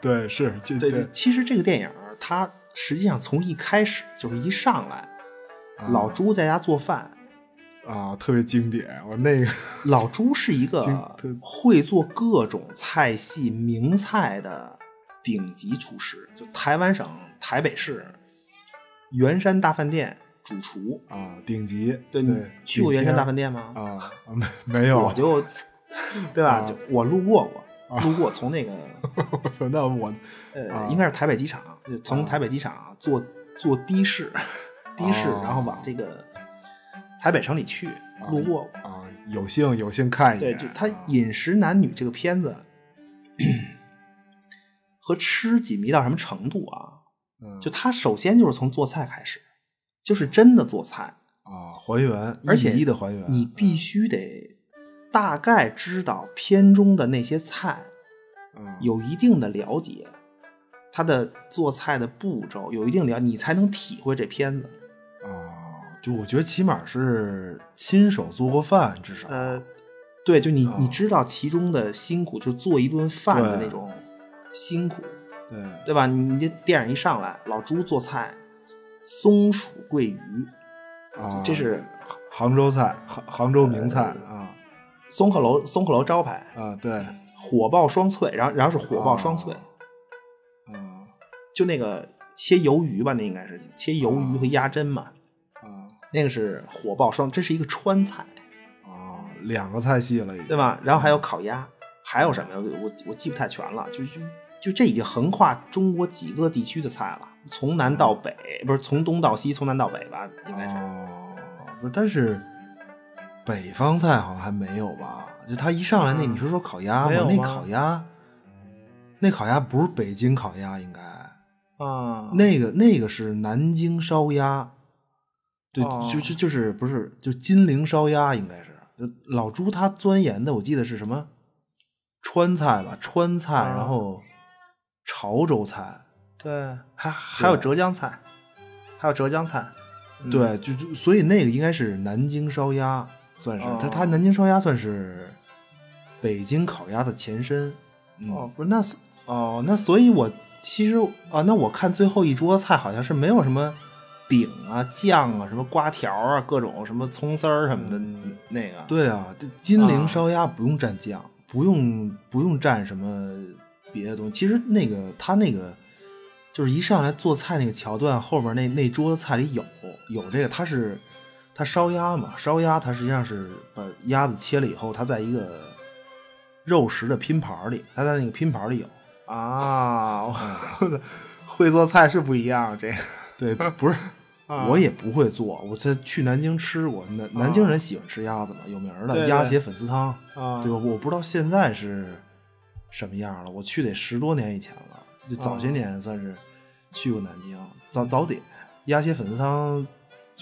对是就
对，就其实这个电影儿它实际上从一开始就是一上来，
啊
老朱在家做饭，
啊，特别经典，我那个
老朱是一
经
个
特
会做各种菜系名菜的顶级厨师，就台湾省台北市圆山大饭店主厨。
啊顶级，
对，
对
你去过圆山大
饭
饭店吗？
啊啊没没有
我，就对吧？
啊
就我路过过，路过从那 个
我操，那我
呃
啊，
应该是台北机场，就从台北机场坐坐的士，的士，
啊
然后往这个台北城里去，路过过。
啊有幸有幸看一
对，
眼，
就他《
啊
饮食男女》这个片子和吃紧密到什么程度啊？
嗯
就他首先就是从做菜开始，就是真的做菜，
啊还原，
而且
一比一的还原，
你必须得大概知道片中的那些菜。
嗯
有一定的了解，他的做菜的步骤有一定了，你才能体会这片子。
啊，就我觉得起码是亲手做过饭，至少
呃，对，就你、
哦
你知道其中的辛苦，就做一顿饭的那种辛苦。
对，
对吧？你这电影一上来，老朱做菜，松鼠桂鱼，
啊，
这是
杭州菜，杭杭州名菜
呃
啊
松鹤楼松鹤楼招牌，
啊，对
火爆双脆，然后然后是火爆双脆，嗯
啊
就那个切鱿鱼吧，那应该是切鱿鱼和鸭胗嘛，
啊
那个是火爆双，这是一个川菜，
啊，两个菜系了已经，
对？吧？然后还有烤鸭，还有什么呀？我我记不太全了，就就就这已经横跨中国几个地区的菜了，从南到北，不是从东到西，从南到北吧，应该是。
哦，
不是，但是北方菜好像还没有吧？就他一上来那，
嗯
你是说烤鸭
没有
那
吗
烤鸭，那烤鸭不是北京烤鸭，应该
啊
那个那个是南京烧鸭，对，
哦
就就就是不是就金陵烧鸭，应该是就老朱他钻研的，我记得是什么川菜吧，川菜，
啊
然后潮州菜，
对，还还有浙江菜，还有浙江菜，嗯
对，就就所以那个应该是南京烧鸭，算是
哦
它它南京烧鸭算是北京烤鸭的前身。
哦，不是那所哦，那所以我其实啊，那我看最后一桌菜好像是没有什么饼啊、酱啊、什么瓜条啊、各种什么葱丝儿什么的、那个。
对啊，这金
啊
陵烧鸭不用蘸酱，不用不用蘸什么别的东西。其实那个他那个就是一上来做菜那个桥段，后面那那桌子菜里有有这个，他是他烧鸭嘛，烧鸭它实际上是把鸭子切了以后，它在一个肉食的拼盘儿里，它在那个拼盘儿里有。
啊，我的 会做菜是不一样，这个
嗯对，不 是，
啊
我也不会做。我在去南京吃过，南南京人喜欢吃鸭子嘛，有名儿
对
的
啊对
鸭血粉丝汤，
啊
对吧？我不知道现在是什么样了，我去得十多年以前了，就早
啊
些年算是去过南京。
嗯
早早点鸭血粉丝汤，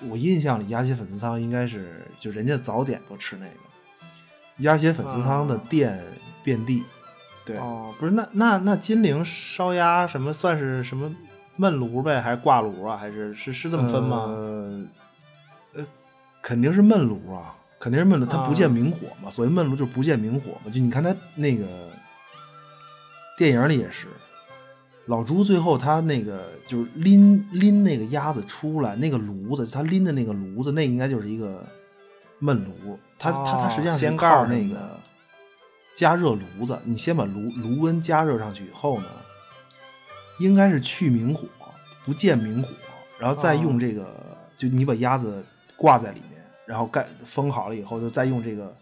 我印象里鸭血粉丝汤应该是就人家早点都吃那个鸭血粉丝汤的
啊
店遍地，对，
哦，不是那那那金陵烧鸭什么算是什么焖炉呗，还是挂炉啊，还是是是这么分吗？
呃，呃肯定是焖炉啊，肯定是焖炉，它不见明火嘛。所谓焖炉就是不见明火嘛。就你看它那个电影里也是，老朱最后他那个就是拎拎那个鸭子出来，那个炉子他拎的那个炉子，那应该就是一个焖炉。他他他
哦
实际上是
掀盖
靠
儿什
那
么
个
的
加热炉子，你先把炉炉温加热上去以后呢，应该是去明火，不见明火，然后再
哦
用这个，就你把鸭子挂在里面，然后盖封好了以后，就再用这个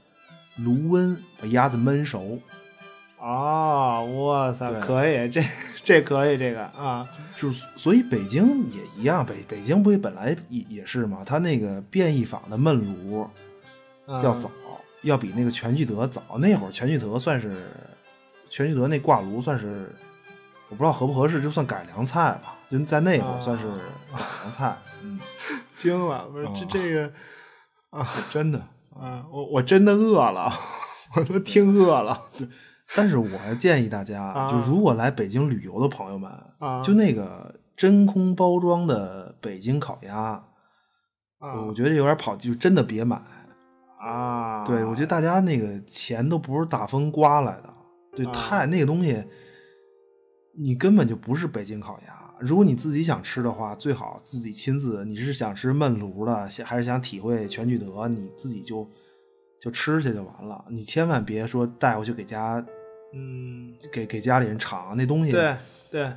炉温把鸭子焖熟。
哦，哇塞，
对
可以，这这可以，这个啊，
就是所以北京也一样，北北京不也本来也也是嘛，它那个变异坊的焖炉
嗯
要早，要比那个全聚德早。那会儿全聚德算是全聚德那挂炉算是，我不知道合不合适，就算改良菜吧，就在那会儿算是
啊
改良菜。嗯，
惊了，不是这 这个
哦真的。
啊，我我真的饿了，我都听饿了
但是我还建议大家，
啊
就如果来北京旅游的朋友们，
啊，
就那个真空包装的北京烤鸭，
啊
我觉得有点跑，就真的别买。
啊，
对，我觉得大家那个钱都不是大风刮来的，对，
啊
太那个东西，你根本就不是北京烤鸭。如果你自己想吃的话，最好自己亲自。你是想吃焖炉的，想还是想体会全聚德？你自己就就吃去就完了，你千万别说带回去给家
嗯，
给给家里人尝那东西。
对对，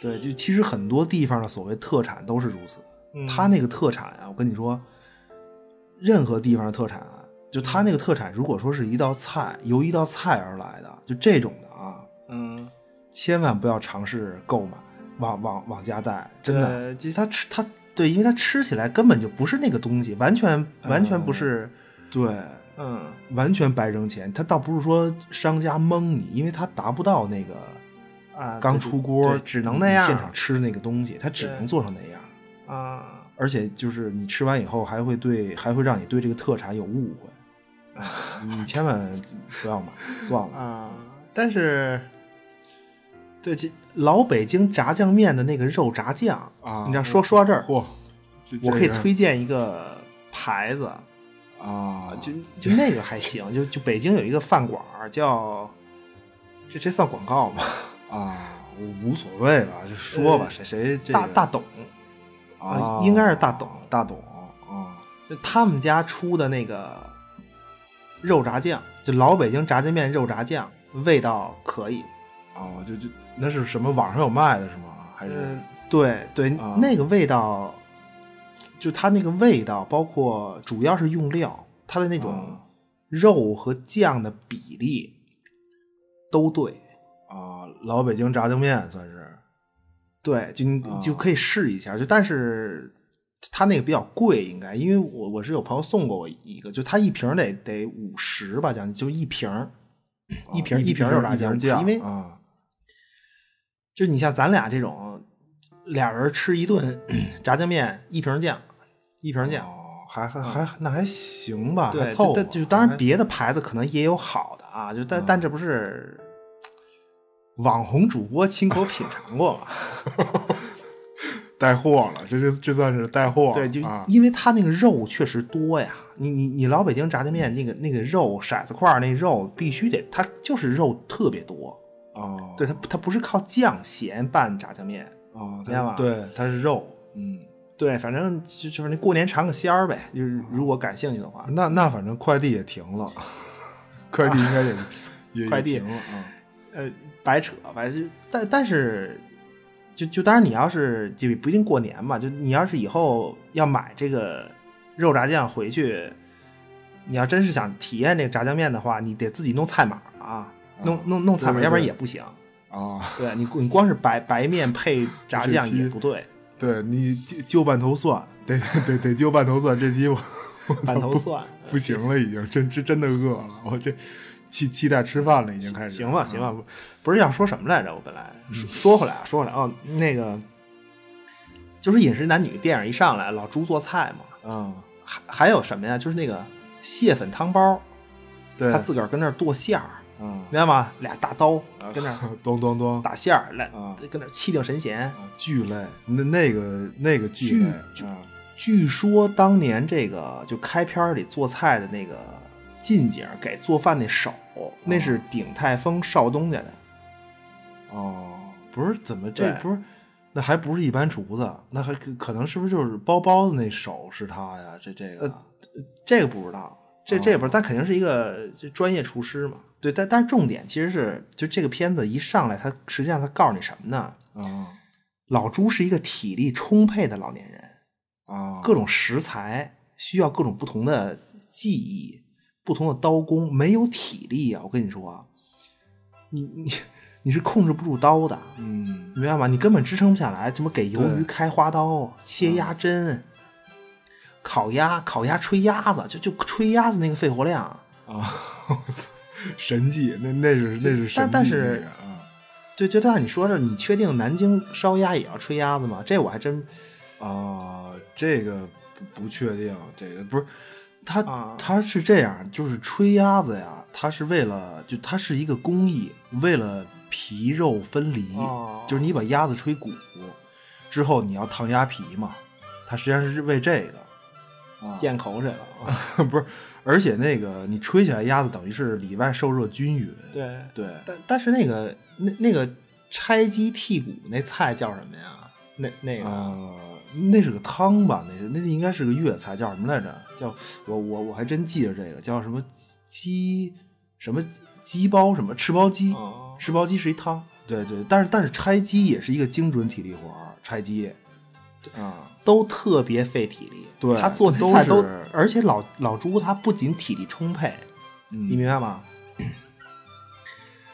对，就其实很多地方的所谓特产都是如此。
嗯
它那个特产啊，我跟你说，任何地方的特产啊，就它那个特产，如果说是一道菜，由一道菜而来的，就这种的啊，
嗯，
千万不要尝试购买，往往往家带，真的。
对，就它吃它对，因为它吃起来根本就不是那个东西，完全完全不是，
对，
嗯
完全白扔钱。它倒不是说商家蒙你，因为它达不到那个
啊，
刚
对
出锅
对只能那样
现场吃那个东西，它只
对
能做成那样。
啊，
而且就是你吃完以后还会对，还会让你对这个特产有误会。 你千万不要买，算了。
啊，但是，对，其老北京炸酱面的那个肉炸酱
啊
你知道说说到这儿，
嚯，
我可以推荐一个牌子，
啊，
就就那个还行，就就北京有一个饭馆儿叫，这这算广告吗？啊，我无所谓吧，就说吧，谁谁这
大
个
大董，
啊，
应该是大董
大董啊，
就他们家出的那个肉炸酱，就老北京炸酱面肉炸酱，味道可以。
哦，就就那是什么网上有卖的是吗？还是
嗯，对对，
啊
那个味道，就它那个味道，包括主要是用料，它的那种
啊
肉和酱的比例都对。
啊，老北京炸酱面算是
对，就你
啊
就可以试一下。就但是它那个比较贵，应该因为我我是有朋友送过我一个，就它一瓶儿得得五十吧，将近就一瓶儿，
啊
一瓶儿
一
瓶
瓶
儿肉炸酱，
酱，
因为
啊
就你像咱俩这种俩人吃一顿 炸酱面，一瓶儿酱，一瓶儿酱，嗯
哦，还还还那还行吧，
对
还，凑合
但。就当然
还
别的牌子可能也有好的啊，就但、但这不是网红主播亲口品尝过嘛？
带货了，这这这算是带货 了
对，就
啊
因为它那个肉确实多呀。你你你老北京炸酱面那个那个肉骰子块儿那肉必须得，它就是肉特别多。
哦
对，它不它不是靠酱咸拌炸酱面。
哦，
明白
它
吧
对它是肉，嗯，
对，反正就就是那过年尝个鲜儿呗。就是如果感兴趣的话，
那那反正快递也停了，快递应该也也也
啊快递
停了 啊。
呃，白扯，反正但但是，就就当然你要是就不一定过年嘛，就你要是以后要买这个肉炸酱回去，你要真是想体验这个炸酱面的话，你得自己弄菜码啊，弄弄弄菜码，
对对
要不然
对
也不行。
啊，
对你你光是白白面配炸酱也不对，
对你就就半头蒜，得得得就半头蒜。这期我我
半
操
头
不
蒜。
不行了，已经真真真的饿了，我这期期待吃饭了，已经开始。啊
行吧，行吧，不不是要说什么来着？我本来
嗯
说说回来啊，说回来哦，那个就是《饮食男女》电影一上来，老朱做菜嘛，
嗯，
还还有什么呀？就是那个蟹粉汤包，
对，
他自个儿跟那儿剁馅儿，
嗯，
明白吗？俩大刀跟那 儿
咚咚咚，
打馅 儿，来
啊
跟那儿气定神闲。
啊巨累，那那个那个巨
巨
累
巨
啊
据说当年这个就开篇儿里做菜的那个近景儿给做饭那手，
啊
那是鼎泰丰少东家的。
哦，不是怎么这
对
不是，那还不是一般厨子，那还可可能是不是就是包包子那手是他呀？这这个
呃这个不知道，
啊
这这也不是，但肯定是一个就专业厨师嘛。对，但但是重点其实是，就这个片子一上来，他实际上他告诉你什么呢？
啊
老朱是一个体力充沛的老年人，
啊
各种食材需要各种不同的技艺、不同的刀工，没有体力啊！我跟你说啊，你你你是控制不住刀的，
嗯
你明白吗？你根本支撑不下来，什么给鱿鱼
对
开花刀、切鸭针、烤鸭、烤鸭吹鸭子，就就吹鸭子那个肺活量。
啊，神技那那是那是神技
但但
那
是
个啊
对，就但是你说这，你确定南京烧鸭也要吹鸭子吗？这我还真
啊，这个不不确定，这个不是他、
啊
他是这样，就是吹鸭子呀，他是为了就它是一个工艺，为了皮肉分离，
哦
就是你把鸭子吹鼓之后，你要烫鸭皮嘛，它实际上是为这个啊，
咽口水了。
不是，而且那个你吹起来鸭子等于是里外受热均匀，
对，
对，
但但是那个那那个拆鸡剔骨那菜叫什么呀？那那个、
嗯
呃，那是个汤吧？那那应该是个粤菜，叫什么来着？叫我我我还真记着这个叫什么鸡什么鸡包什么吃包鸡，
哦
吃包鸡是一汤。对对，但是但是拆鸡也是一个精准体力活儿，拆鸡啊，
都特别费体力。
对
他做那菜
都是
而且老老朱他不仅体力充沛，你
嗯
明白吗？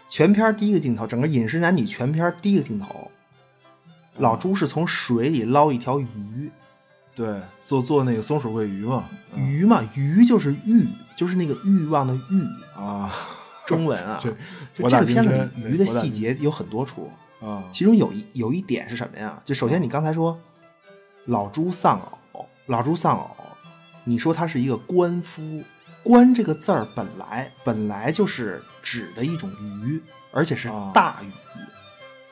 全片儿第一个镜头，整个《饮食男女》全片儿第一个镜头，老朱是从水里捞一条鱼，
对，做做那个松鼠桂鱼嘛，嗯
鱼嘛，鱼就是欲，就是那个欲望的 欲，
啊
中文啊
这。
就
博
这
大
个
精
片子
深
里鱼的
对博大
细
精
节有很多处，
啊
其中有一有一点是什么呀？就首先你刚才说老朱丧偶，老朱丧偶，你说他是一个官夫，官这个字儿本来本来就是指的一种鱼，而且是
啊
大鱼，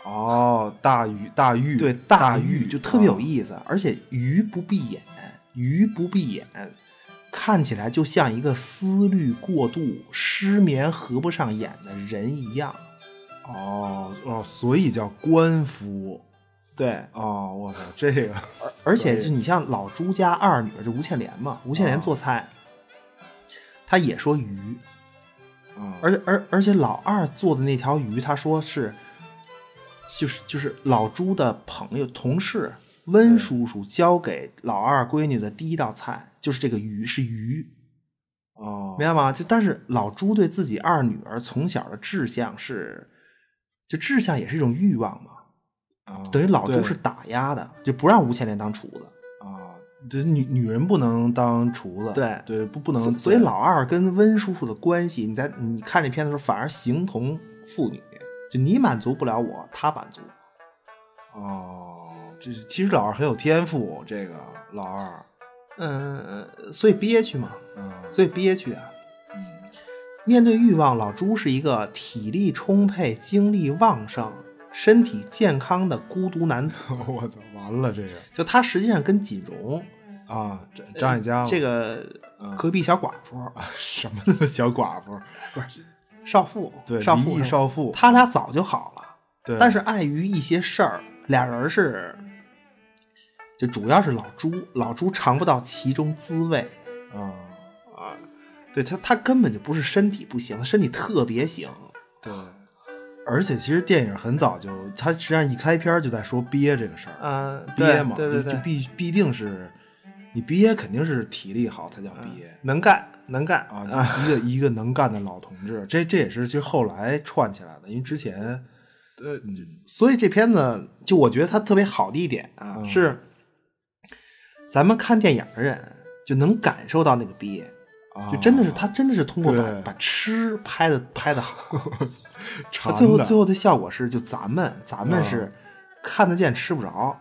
哦，大鱼大玉
对
大
鱼哦
玉
就特别有
啊
意思，而且鱼不闭眼，鱼不闭眼。看起来就像一个思虑过度、失眠合不上眼的人一样，
哦哦，所以叫官夫。
对，
哦，我操，这个
而而且就你像老朱家二女儿就吴倩莲嘛，吴
哦
倩莲做菜，她也说鱼，
啊，
而且而而且老二做的那条鱼，他说是，就是就是老朱的朋友同事温叔叔教给老二闺女的第一道菜就是这个鱼是鱼，
哦，
明白吗？就但是老朱对自己二女儿从小的志向是，就志向也是一种欲望嘛，
啊
等于老朱
对
是打压的，就不让吴倩莲当厨子。
啊，对，女女人不能当厨子，
对
对，不不
所
能，
所以老二跟温叔叔的关系，你在你看这片子的时候反而形同父女，就你满足不了我，他满足。
哦，这是其实老二很有天赋，这个老二，
嗯，所以憋屈嘛，
嗯
所以憋屈啊。面对欲望，老朱是一个体力充沛、精力旺盛、身体健康的孤独男 子。
我操，完了这个
就他实际上跟锦荣
啊，张张艾嘉嘛
这个呃隔壁小寡妇、
嗯什么他妈小寡妇，
少妇、
对，
少
离
妇
异、少妇，
他俩早就好了。
对，
但是碍于一些事儿，俩人是，就主要是老朱，老朱尝不到其中滋味。
啊，
对他，他根本就不是身体不行，他身体特别行。
对，而且其实电影很早就，他实际上一开篇就在说憋这个事儿，
嗯、呃，
憋嘛，
对对
就
对
就，必必定是，你憋肯定是体力好才叫憋。
能干能干
啊，一个一个能干的老同志，这这也是其实后来串起来的，因为之前
所以这片子就我觉得它特别好的一点啊，是咱们看电影的人就能感受到那个憋。
啊，
就真的是他真的是通过把
对
把吃拍的拍的好， 他
馋
最后
的
最后的嗯效果是就咱们咱们是看得见吃不着，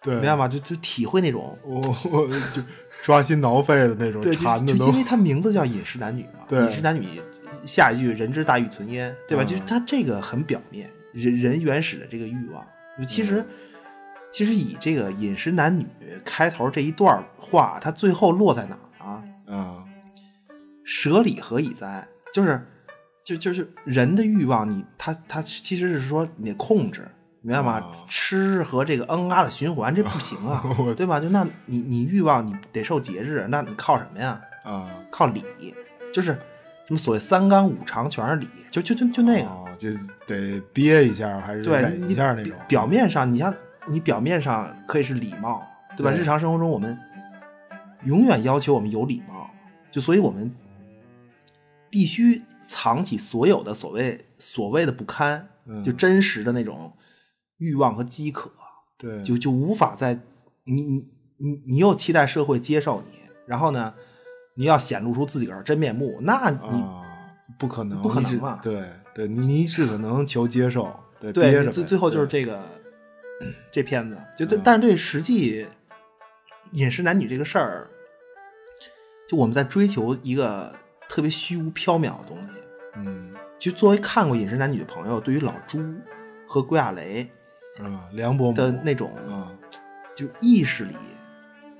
对
明白吗？就就体会那种
我我就抓心挠肺的那种
对，就
馋的
就
都
因为它名字叫饮食男女嘛，
对
饮食男女下一句人之大欲存焉，对吧？就是它这个很表面，人人原始的这个欲望，就其实、其实以这个饮食男女开头这一段话，它最后落在哪儿啊？
啊
舍礼何以哉？就是，就就是人的欲望你，他他其实是说你得控制，明白吗？
啊
吃和这个嗯啊的循环，这不行啊，对吧？就那你你欲望你得受节制，那你靠什么呀？
啊
靠礼，就是什么所谓三纲五常全是礼，就就就就那个，
啊，就得憋一下还是
对
忍
你
一下那
表
种
表面上，你像你表面上可以是礼貌，对吧？
对
日常生活中我们永远要求我们有礼貌，就所以我们必须藏起所有的所谓所谓的不堪，
嗯
就真实的那种欲望和饥渴，
对
就就无法在你你你你又期待社会接受你，然后呢，你要显露出自己个儿真面目，那你
啊，不可能
不可能
你只
嘛
对对，你你只可能求接受，对
对，
憋着呗
最最后就是
对嗯
这个这片子，就对，但是对实际饮食男女这个事儿，就我们在追求一个特别虚无缥缈的东西。
嗯
就作为看过《饮食男女》的朋友，对于老朱和郭亚雷
啊，梁伯母
的那种
啊
就意识里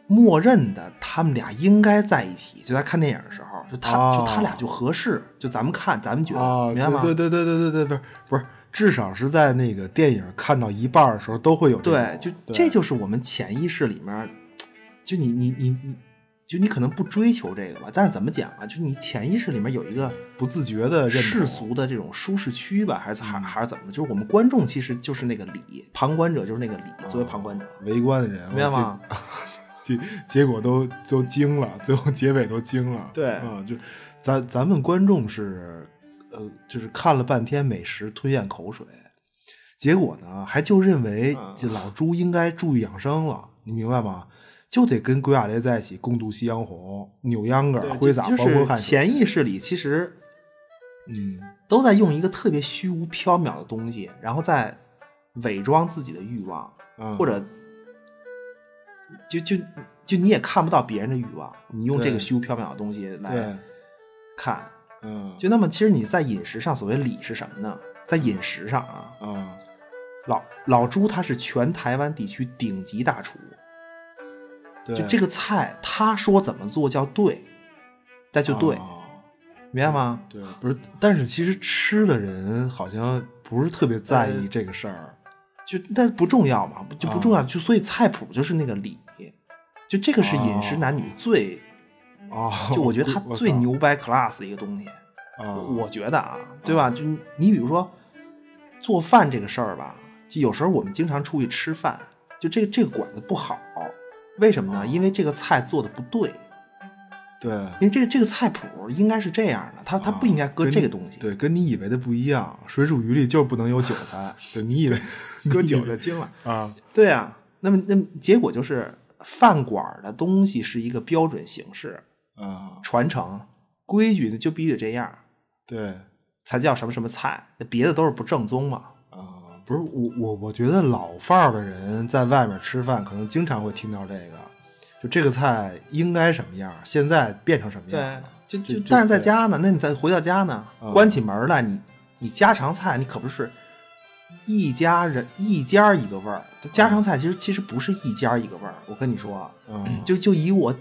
默认的他们俩应该在一起，就在看电影的时候，就他、
啊
就他俩就合适，就咱们看咱们觉得，
啊，
明白吗？
对对对对对对，不是不是，至少是在那个电影看到一半儿的时候都会有这
对，
种
就这就是我们潜意识里面，就你你你你，就你可能不追求这个吧，但是怎么讲啊？就你潜意识里面有一个
不自觉的认同
世俗的这种舒适区吧，还是还还是怎么的？就是我们观众其实就是那个理，旁观者就是那个理，作为旁观者，
围观的人，
明白吗？
这？结结果都都惊了，最后结尾都惊了。
对
啊，就咱咱们观众是，呃，就是看了半天美食，吞咽口水，结果呢，还就认为
嗯
这老朱应该注意养生了，你明白吗？就得跟鬼亚雷在一起共度夕阳红，扭秧歌
对，
挥洒
就
黄
就是
昏汗水。
潜意识里其实
嗯，
都在用一个特别虚无缥缈的东西，然后再伪装自己的欲望，
嗯
或者就就就你也看不到别人的欲望，你用这个
对
虚无缥缈的东西
对
来，看，
嗯，
就那么其实你在饮食上所谓理是什么呢？在饮食上啊，
啊
老老朱他是全台湾地区顶级大厨，
对，
就这个菜他说怎么做叫对，那就对，
啊
明白吗？
对，不是，但是其实吃的人好像不是特别在意这个事儿，
就但不重要嘛，就不重
哦
要，就所以菜谱就是那个礼，就这个是饮食男女最，
哦，
就我觉得它最牛掰 class 的一个东西，
啊，嗯
我觉得啊，对吧？就你比如说做饭这个事儿吧，就有时候我们经常出去吃饭，就这个这个馆子不好，为什么
啊
呢？因为这个菜做的不对。
对，
因为这个这个菜谱应该是这样的，它它不应该搁这个东西。
对，啊跟你以为的不一样。水煮鱼里就是不能有韭菜。对，你以为
搁韭菜精了
啊？
对啊，那么那么结果就是饭馆的东西是一个标准形式
啊，
传承规矩呢就必须得这样，
对，
才叫什么什么菜，那别的都是不正宗嘛。
啊，不是我我我觉得老范儿的人在外面吃饭，可能经常会听到这个，就这个菜应该什么样，现在变成什么样
对
了。，
就
就
就
就
但是在家呢，那你再回到家呢，
嗯
关起门来，你你家常菜你可不是一家人一家一个味儿，家常菜其实其实不是一家一个味儿。我跟你说啊，
嗯，
就就以我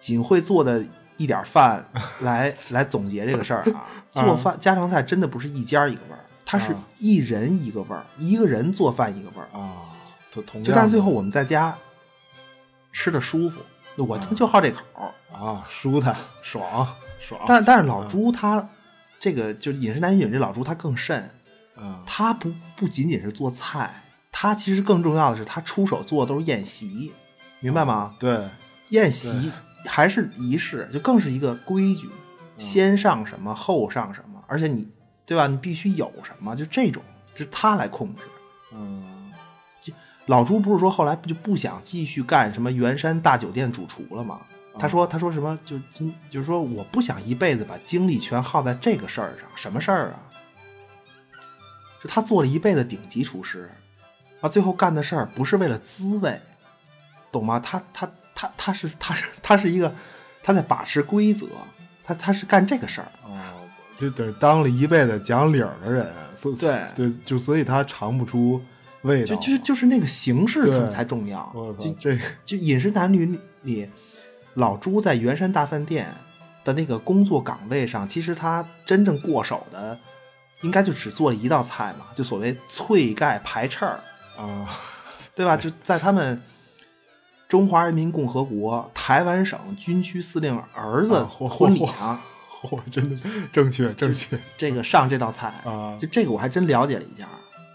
仅会做的一点 饭来来总结这个事儿啊，
嗯
做饭家常菜真的不是一家一个味儿，它是
啊
一人一个味儿，一个人做饭一个味儿。
啊，同同
就
样
但是
的
最后我们在家吃的舒服，我
嗯
他妈就好这口儿。
啊，舒坦爽爽，
但但是老朱他这个就是饮食男女这老朱他更甚，
啊
他不不仅仅是做菜，他其实更重要的是他出手做的都是宴席，明白吗？
哦对
宴席还是仪式，就更是一个规矩，先上什么后上什么，而且你对吧？你必须有什么，就这种是他来控制。
嗯
老朱不是说后来就不想继续干什么圆山大酒店主厨了吗？他
嗯
说：“他说什么就就就是说我不想一辈子把精力全耗在这个事儿上，什么事儿啊？就他做了一辈子顶级厨师，啊，最后干的事儿不是为了滋味，懂吗？他他他他是他是他是一个他在把持规则，他他是干这个事儿。
哦，就等于当了一辈子讲理儿的人，所
对
对，就所以他尝不出味道
就
嘛，
就是就是那个形式
对
它才重要。
我操
就，
这个
就《饮食男女》里，老朱在圆山大饭店的那个工作岗位上，其实他真正过手的，应该就只做了一道菜嘛，就所谓脆盖排翅儿，
啊
对吧？就在他们中华人民共和国台湾省军区司令儿子
啊嚯嚯
婚礼上，
我真的正确正确
这个上这道菜
啊
就这个我还真了解了一下，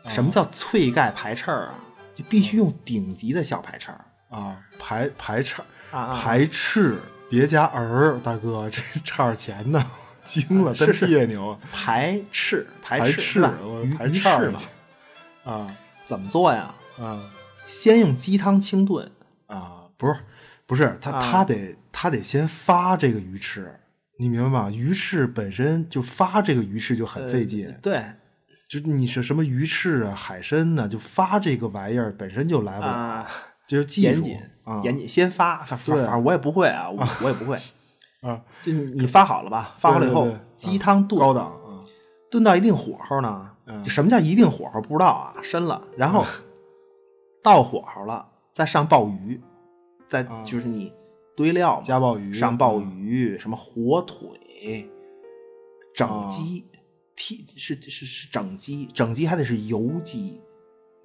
什么叫脆盖排翅儿啊？就必须用顶级的小排翅儿
啊！排排叉
啊
排斥，别加儿，大哥，这差点钱呢，惊了，真
啊是
别扭，
排翅排
排
翅是
斥
吧，
我
鱼
排
鱼
叉
翅
儿
嘛
去，啊
怎么做呀？
啊
先用鸡汤清炖，
啊！不是不是，他
啊
他得他得先发这个鱼翅，你明白吗？鱼翅本身就发这个鱼翅就很费劲
呃，对
就你是什么鱼翅啊、海参呐，就发这个玩意儿本身就来不了，
啊，
就是技
严
术
谨
啊，
严谨，先发，反反
对
反正我也不会啊，我我也不会。
啊，
就你你发好了吧？发好了以后
对对对，
鸡汤炖
高档啊，嗯
炖到一定火候呢，就什么叫一定火候不知道啊，深了，然后到火候了再上鲍鱼，再
啊
就是你堆料嘛
加鲍鱼嗯
上鲍鱼，什么火腿、
啊
整鸡、剔是是是整鸡，整鸡还得是油鸡，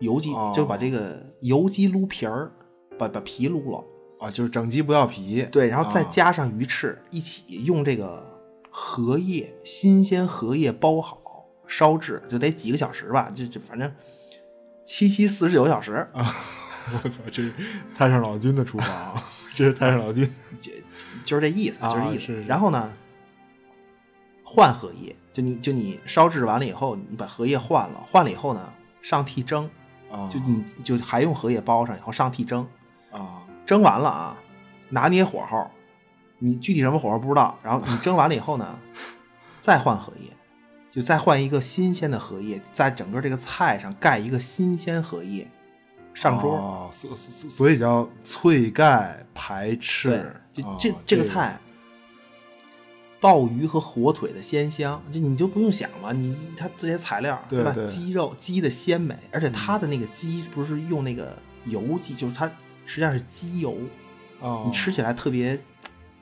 油鸡
哦
就把这个油鸡撸皮儿，把把皮撸了，
啊，就是整鸡不要皮，
对，然后再
啊
加上鱼翅一起用这个荷叶，新鲜荷叶包好烧制，就得几个小时吧，就就反正七七四十九小时，
嗯我操，这是太上老君的厨房，啊这是太上老君
就是 这意思，就是这意
啊
思。
是是
然后呢，换荷叶，就你就你烧制完了以后，你把荷叶换了，换了以后呢，上屉蒸，
啊，
就你就还用荷叶包上，以后上屉蒸，
啊
蒸完了啊，拿捏火候，你具体什么火候不知道，然后你蒸完了以后呢，再换荷叶，就再换一个新鲜的荷叶，在整个这个菜上盖一个新鲜荷叶，上桌。
啊，所所所以叫脆盖排
对
翅，，
就
啊
这、这个菜，鲍鱼和火腿的鲜香，就你就不用想嘛，你它这些材料
对
吧？
对
鸡肉鸡的鲜美，而且它的那个鸡不是用那个油鸡，就是它实际上是鸡油，
啊，
你吃起来特别嘖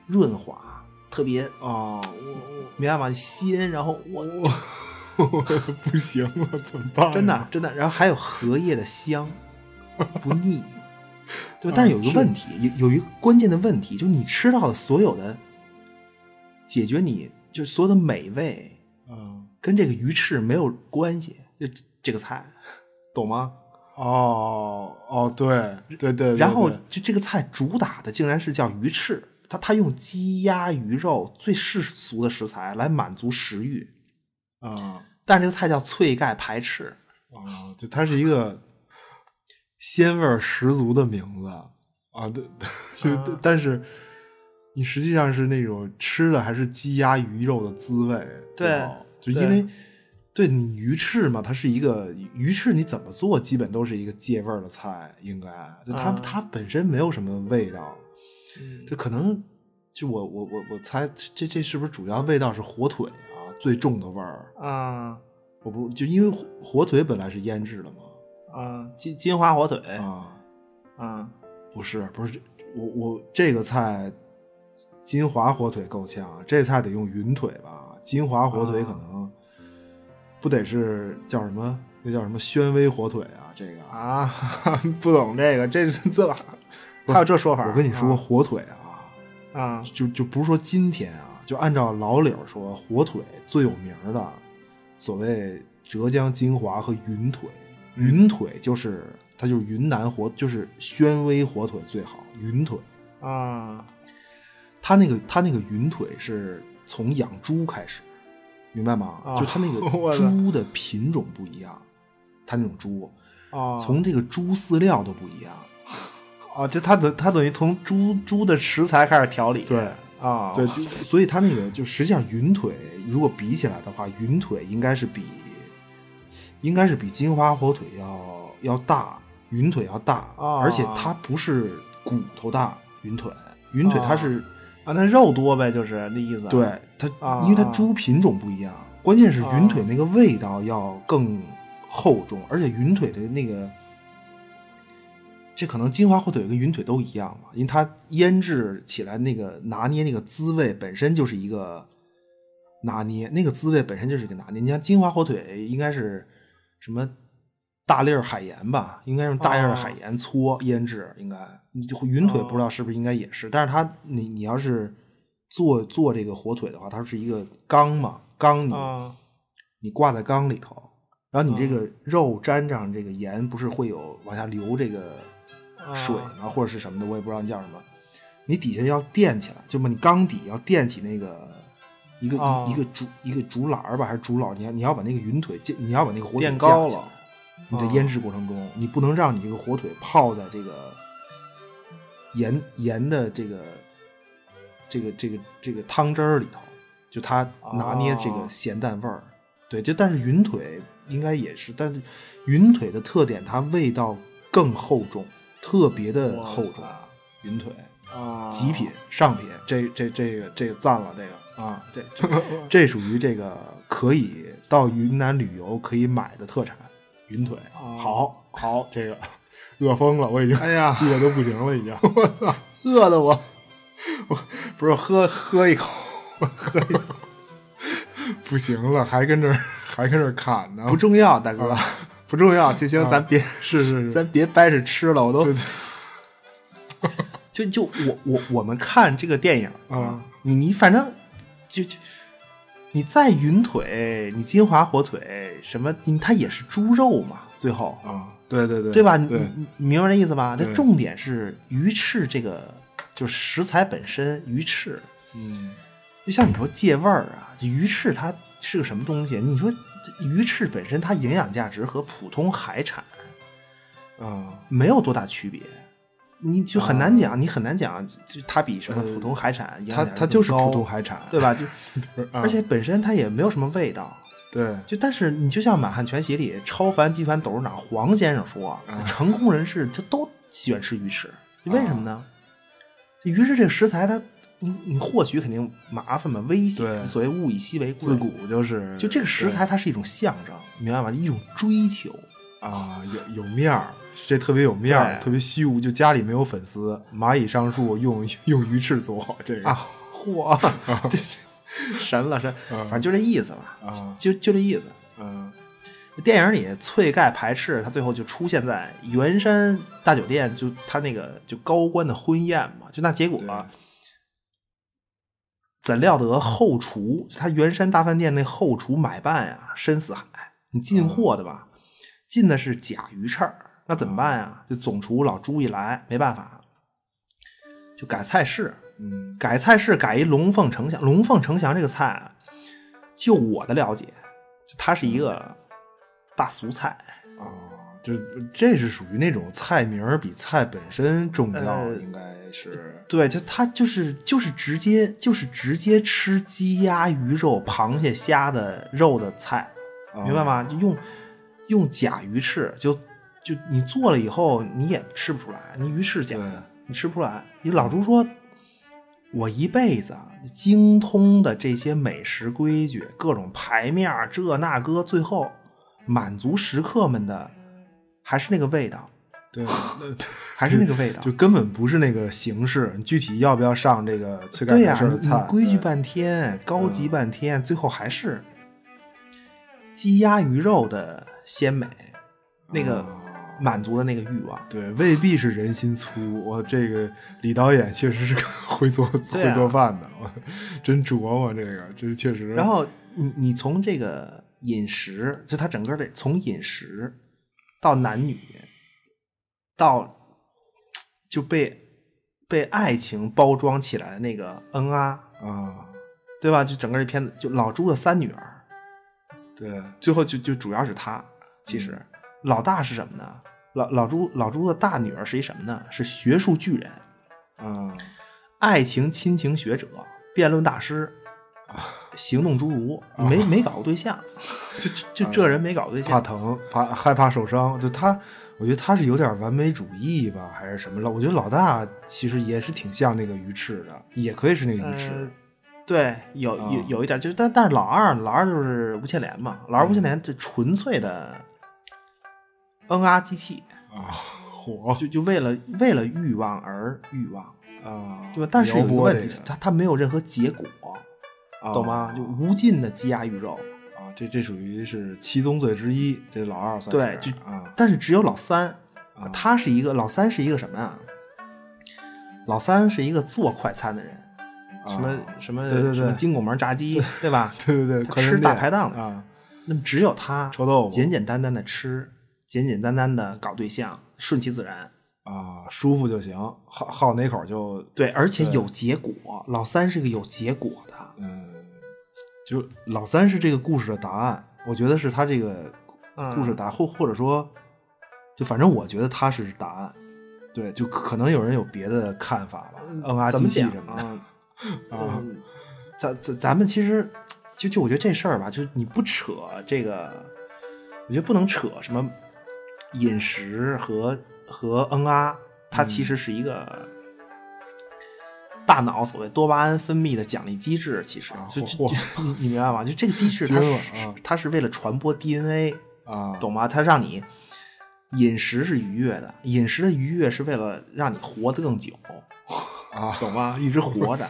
润滑，
特别
哦，
没办法鲜，然后我
我 不行了，怎么办？
真的，真的，然后还有荷叶的香，不腻，对吧？但是有一个
哦
问题，有有一个关键的问题，就你吃到的所有的解决你就所有的美味，
嗯，
跟这个鱼翅没有关系，就这个菜，懂吗？
哦哦，对对对，
然后
对
就这个菜主打的竟然是叫鱼翅，它它用鸡鸭鱼肉最世俗的食材来满足食欲，
对啊
但是这个菜叫脆盖排翅，哦
啊，对，它是一个鲜味儿十足的名字啊，对 对对，但是你实际上是那种吃的还是鸡鸭鱼肉的滋味，
对
最好就
对
因为。对你鱼翅嘛，它是一个鱼翅，你怎么做基本都是一个借味儿的菜，应该就它、
啊
它本身没有什么味道，就可能就我我我我猜这这是不是主要味道是火腿啊最重的味儿？
啊
我不就因为火火腿本来是腌制的嘛
啊，金金华火腿
啊，
啊，
不是不是，我我这个菜金华火腿够呛，啊这菜得用云腿吧？金华火
啊
腿可能不得是叫什么？那叫什么宣威火腿啊？这个
啊，不懂这个，这是这还有这说法？
我跟你说，火腿啊，
啊
就就不是说今天啊，就按照老柳说，火腿最有名儿的，所谓浙江金华和云腿，
嗯
云腿就是它就是云南火，就是宣威火腿最好，云腿，
啊啊
它那个它那个云腿是从养猪开始，明白吗？
啊
就它那
我
个
的
猪的品种不一样，它那种猪
啊
从这个猪饲料都不一样，
哦，就它等它等于从猪猪的食材开始调理，
对
啊，
对，就所以它那个就实际上云腿，如果比起来的话，云腿应该是比应该是比金华火腿要要大，云腿要大，
啊
而且它不是骨头大，云腿，云腿它是、
啊，那肉多呗，就是那意思，
对它，
啊
因为它猪品种不一样，关键是云腿那个味道要更厚重，而且云腿的那个。这可能金华火腿跟云腿都一样嘛，因为它腌制起来那个拿捏那个滋味本身就是一个拿捏，那个滋味本身就是一个拿捏。你像金华火腿应该是什么大粒儿海盐吧，应该用大粒儿的
啊
海盐搓腌制，应该你就云腿不知道是不是应该也是，但是它你你要是做做这个火腿的话，它是一个缸嘛，缸你、
啊
你挂在缸里头，然后你这个肉沾上这个盐，不是会有往下流这个水
啊
吗？或者是什么的，我也不知道那叫什么。你底下要垫起来，就把你缸底要垫起那个一个、
啊
一个竹一个竹篮儿吧，还是竹篓？你要你要把那个云腿架，你要把那个火腿
垫高
架起来
了，哦
你在腌制过程中，你不能让你这个火腿泡在这个盐盐的这个这个这个这个汤汁儿里头，就它拿捏这
哦
个咸淡味儿。对，就但是云腿应该也是，但是云腿的特点，它味道更厚重，特别的厚重。云腿
啊，
极品上品，这这这个这个赞了，这个啊，这 这这属于这个可以到云南旅游可以买的特产，云腿。
哦
好，好，这个饿疯了，我已经
哎呀，
饿的不行了，已 经。
饿的我
不是喝喝一口，喝一口， 不行了，还跟这儿还跟这儿砍呢，
不重要，大哥，不重要，行行，
啊
咱别
是是是，
咱别掰着吃了，我都
对
就就我我我们看这个电影
啊，
你你反正就就你再云腿，你金华火腿什么，你它也是猪肉嘛，最后
啊，对对对，
对吧？你
对，
你你明白这意思吧？它
对
重点是鱼翅这个，就是食材本身，鱼翅
嗯，
就像你说借味儿啊，这鱼翅它是个什么东西？你说这鱼翅本身它营养价值和普通海产
啊，
没有多大区别，你就很难讲，你很难讲就它比什么普通海产营养
呃它
价值
它就是
更高
普通海产，
对 吧？就
啊
而且本身它也没有什么味道。
对，
就但是你就像《满汉全席》里超凡集团董事长黄先生说，
啊
成功人士他都喜欢吃鱼翅，为什么呢？这鱼翅这个食材它，你你获取肯定麻烦嘛，危险，
对
所谓物以稀为贵。
自古就是
就这个食
对
材它是一种象征，明白吗？一种追求。
啊，有有面儿，这特别有面儿，
对
特别虚无。就家里没有粉丝，蚂蚁上树用用鱼翅做这个
啊，
嚯，嗯对神了神，反正就这意思吧，
啊，
就就这意思。
嗯
电影里翠盖排斥他，最后就出现在圆山大酒店，就他那个就高官的婚宴嘛，就那结果、怎料得后厨，他圆山大饭店那后厨买办呀，深似海，你进货的吧，进的是假鱼翅儿，那怎么办呀？就总厨老朱一来，没办法，就改菜式，
嗯
改菜式改一龙凤呈祥。龙凤呈祥这个菜啊，就我的了解，就它是一个大俗菜，
啊，就这是属于那种菜名儿比菜本身重要，
呃
应该是
对，就它就是就是直接就是直接吃鸡鸭鱼肉、螃蟹虾的肉的菜，
啊哦
明白吗？就用用假鱼翅，就就你做了以后你也吃不出来，你鱼翅假的，你吃不出来。你老朱说，我一辈子啊精通的这些美食规矩、各种牌面儿这那个，最后满足食客们的还是那个味道，
对， 那
还是那个味道，
就根本不是那个形式。你具体要不要上这个催干
对呀、
事儿的
你
菜
你？规矩
对嗯
半天，高级半天，最后还是鸡鸭鱼肉的鲜美，那个
哦
满足的那个欲望。
啊对，未必是人心粗。我这个李导演确实是个 会做、
对啊
会做饭的，我 真琢磨这个，这确实。
然后你你从这个饮食，就它整个的从饮食到男女，到就被被爱情包装起来的那个恩啊，
啊，
对吧？就整个这片子，就老朱的三女儿，
对，
最后就就主要是他。其实、老大是什么呢？老老朱老朱的大女儿是一什么呢？是学术巨人，嗯
啊
爱情亲情学者，辩论大师，行动侏儒，没没搞过对 象，就就就这人没搞过对
啊怕
象。
疼，怕害怕受伤，就他，我觉得他是有点完美主义吧，还是什么了？我觉得老大其实也是挺像那个鱼翅的，也可以是那个鱼翅。
呃对，有有
啊
有一点，就是但但是老二老二就是吴倩莲嘛，老
嗯
二吴倩莲这纯粹的嗯啊机器，
啊，火
呃就就为了呃为了欲望而欲望，
啊，
对吧？但是有个
撩拨
问题
这，个
他他没有任何结果，
啊
懂吗？就无尽的鸡鸭鱼肉，
啊，这这属于是七宗罪之一，这老二算
对
是
就
啊
但是只有老三，啊
嗯
他是一个老三是一个什么啊？老三是一个做快餐的人，什么什么
啊对对对
什么金拱门炸鸡，对吧？
对对对，
他
快餐
吃大
店
排档的
啊，
那么只有他
臭豆腐
简简单单的吃，简简单单的搞对象，顺其自然。
啊，舒服就行，好好哪口就
对，而且有结果。老三是个有结果的，
嗯，就老三是这个故事的答案，我觉得是他这个
嗯
故事的答案，或、或者说，就反正我觉得他是答案。对，就可能有人有别的看法吧，嗯啊，
怎么
机器
讲
什么的
啊？
啊
嗯，咱咱咱们其实就就我觉得这事儿吧，就你不扯这个，我觉得不能扯什么饮食和和恩啊，它其实是一个大脑所谓多巴胺分泌的奖励机制，其实
啊
就
嚯
就就你你明白吗？就这个机制它
惊了
是
啊
它是为了传播 DNA，
啊，
懂吗？它让你饮食是愉悦的，饮食的愉悦是为了让你活得更久。
啊
懂吗？一直活 着，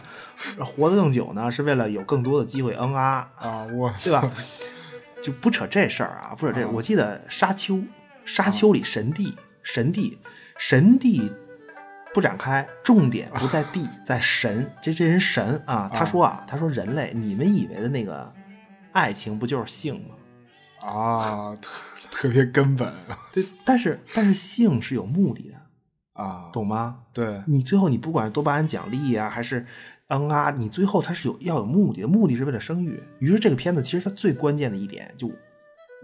活得更久呢，是为了有更多的机会嗯啊，
啊，我
对吧？ 就不扯这事儿啊，不扯这。我记得《沙丘》，《沙丘》里神帝，神帝，神帝不展开，重点不在地，在神。这这人神啊，他说啊，他说人类，你们以为的那个爱情不就是性吗？
啊，特特别根本
对，但是但是性是有目的的，
啊，
懂吗？
对
你最后你不管是多巴胺奖励啊，还是嗯啊，你最后它是有要有目的的，目的是为了生育。于是这个片子其实它最关键的一点，就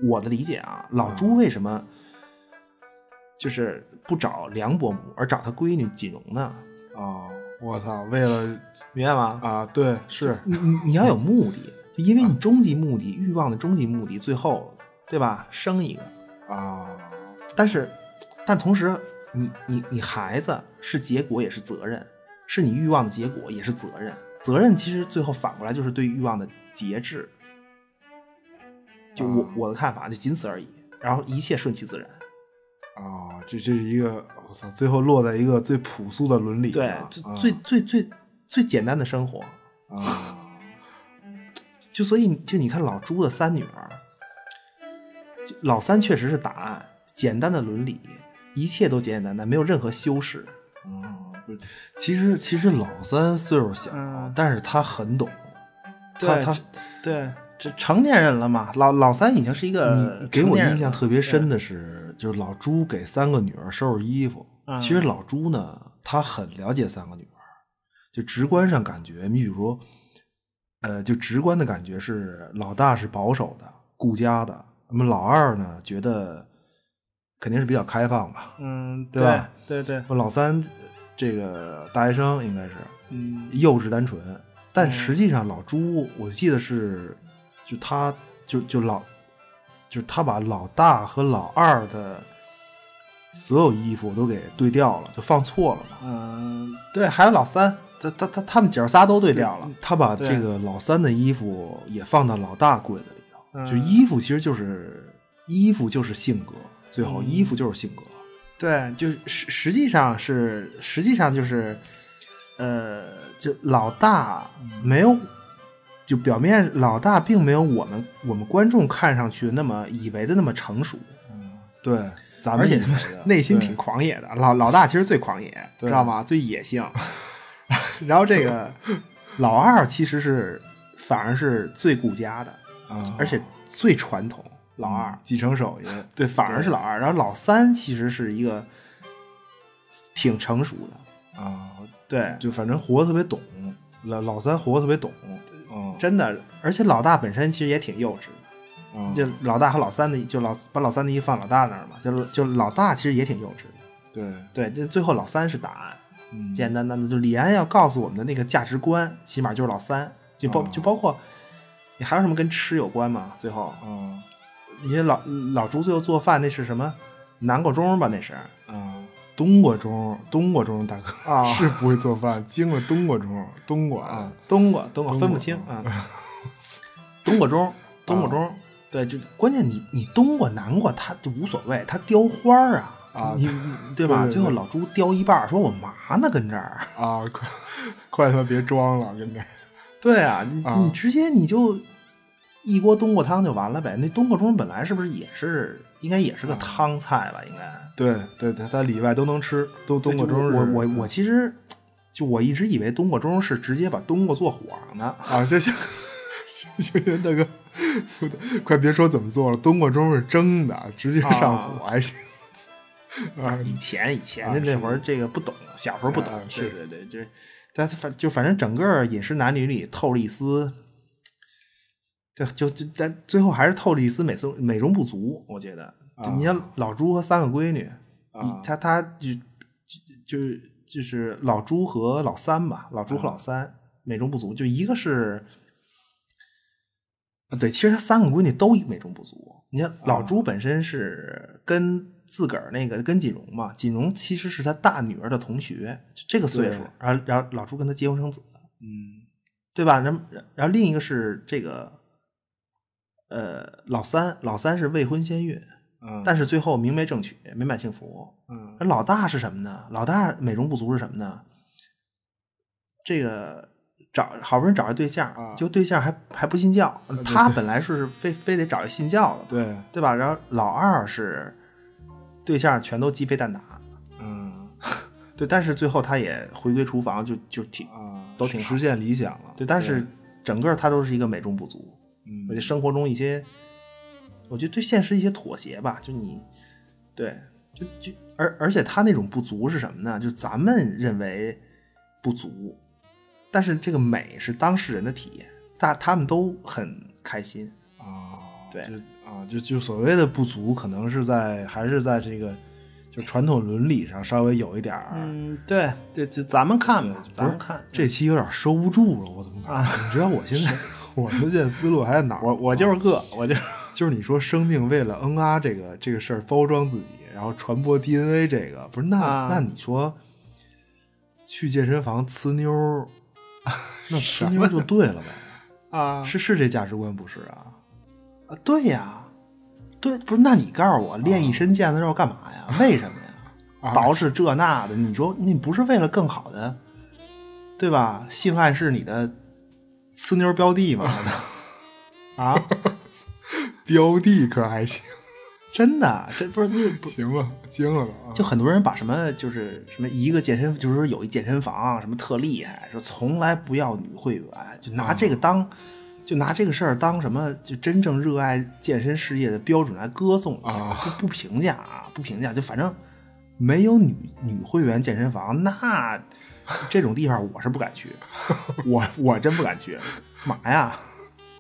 我的理解啊，老
嗯
朱为什么就是不找梁伯母，而找他闺女锦荣呢？
啊，我操，为了
明白吗？
啊，对是啊
你你你要有目的，就因为你终极目的、欲望的终极目的，最后对吧，生一个。
啊，
但是，但同时，你你你孩子是结果也是责任，是你欲望的结果也是责任。责任其实最后反过来就是对欲望的节制。就我
啊
我的看法就仅此而已，然后一切顺其自然。
啊，这这是一个我操，最后落在一个最朴素的伦理
对
上，
最
啊
最最最最简单的生活，
啊，
就所以就你看老朱的三女儿，就老三确实是答案，简单的伦理，一切都简简单单，没有任何修饰。
嗯，不是，其实其实老三岁数小，
嗯
但是他很懂，他
对
他
对，这成年人了嘛，老老三已经是一个
你给我
呃成年人
印象
了
特别深的是，就是老朱给三个女儿收拾衣服。
嗯
其实老朱呢，他很了解三个女儿，就直观上感觉，你比如说，呃，就直观的感觉是老大是保守的、顾家的，那么老二呢，觉得肯定是比较开放吧。
嗯，
对吧
对对，
老三呃这个大学生应该是
嗯，
幼稚单纯，但实际上老朱，我记得是，就他就就老，就是他把老大和老二的所有衣服都给对调了，就放错了嘛。
嗯，对，还有老三，他他他他们姐儿仨都对调了，
他把
对
这个老三的衣服也放到老大柜子里头，
嗯
就衣服其实就是衣服就是性格，最后
嗯
衣服就是性格。
对，就是实实际上是实际上就是，呃，就老大没有，
嗯
就表面老大并没有我们我们观众看上去那么以为的那么成熟，
对，咱们
而且
以为的
内心
对
挺狂野的。老老大其实最狂野，知
对
道吗？最野性。 然后这 个老二其实是反而是最顾家的，
啊，
而且最传统。老二
嗯继承手艺，
对，反而是老二。然后老三其实是一个挺成熟的，
啊，
对，
就反正活得特别懂，老老三活得特别懂，嗯，
真的。而且老大本身其实也挺幼稚的，
嗯
就老大和老三的，就老把老三的衣服放老大那儿嘛，就就老大其实也挺幼稚的。
对，
对，这最后老三是答案，
嗯
简简单单的，就李安要告诉我们的那个价值观，起码就是老三，就包、
啊
就包括你还有什么跟吃有关吗？最后，
啊
你老老朱最后做饭那是什么南瓜盅吧？那是
啊，冬瓜盅，冬瓜盅，大哥、
啊
是不会做饭，经过冬瓜盅，冬瓜
啊，，冬瓜冬瓜
冬瓜啊
分不清啊， 冬瓜盅冬瓜盅，对，就关键你你冬瓜南瓜它就无所谓，它雕花儿啊
啊
你你对吧？
对对对
最后老朱雕一半儿，说我麻呢跟这儿。
啊， 快快他妈别装了，跟这儿
对啊，你
啊
你直接你就一锅冬瓜汤就完了呗。那冬瓜盅本来是不是也是应该也是
啊
个汤菜吧？应该
对对对，它里外都能吃，都冬瓜
就
盅是，嗯
我我我其实就我一直以为冬瓜盅是直接把冬瓜做火上的。
啊，这行行行，大哥，不对快别说怎么做了，冬瓜盅是蒸的，直接上火还行， 啊，
以前以前
啊
的那
是
会儿这个不懂，小时候不懂
啊。
对对
是
对，就是但反就反正整个饮食男女里透了一丝。对，就就但最后还是透了一丝美中美中不足，我觉得。就你像老朱和三个闺女，
啊
一他他就就就就是老朱和老三吧，老朱和
嗯
老三、美中不足，就一个是，啊对，其实他三个闺女都美中不足。你看
啊
老朱本身是跟自个儿那个跟锦荣嘛，锦荣其实是他大女儿的同学，就这个岁数
对，
然后然后老朱跟他结婚生子，
嗯
对吧？然后然后另一个是这个。呃，老三，老三是未婚先孕，
嗯，
但是最后明媒正娶，美满幸福。
嗯
而老大是什么呢？老大美中不足是什么呢？这个找好不容易找一对象，
啊
就对象还还不信教，他本来是非非得找一信教的，
对，
对吧？然后老二是对象全都鸡飞蛋打，
嗯
对，但是最后他也回归厨房就，就挺
啊，
都挺好
实现理想了，
对，但是整个他都是一个美中不足，
嗯
我觉得生活中一些，我觉得对现实一些妥协吧，就你，对，就就而而且他那种不足是什么呢？就咱们认为不足，但是这个美是当事人的体验，大他们都很开心，
啊，
对
就啊，就就所谓的不足，可能是在还是在这个就传统伦理上稍微有一点儿。
嗯，对对，就咱们看吧，咱们看，
这期有点收不住了，我怎么感觉？啊你知道我现 在我们现在思路还在哪儿？啊
我我啊就是饿，我就
就是你说生命为了嗯啊这个这个事儿包装自己，然后传播 DNA 这个不是那、
啊
那你说去健身房呲妞儿，那呲妞儿就对了呗？
啊
是是这价值观不是啊？
啊，对呀，对，不是，那你告诉我，练一身腱子肉干嘛呀？为什么
啊
呀？捯饬这那的，你说你不是为了更好的，对吧？性暗示你的
呲妞标 的嘛？
啊，
标的可还行？
真的，这不是那不
行吧，惊了吧？啊
就很多人把什么就是什么一个健身，就是说有一健身房啊什么特厉害，说从来不要女会员，就拿这个当，就拿这个事儿当什么，就真正热爱健身事业的标准来歌颂一下
啊
不不评价啊，不评价，就反正没有女女会员健身房，那这种地方我是不敢去，我我真不敢去，干嘛呀？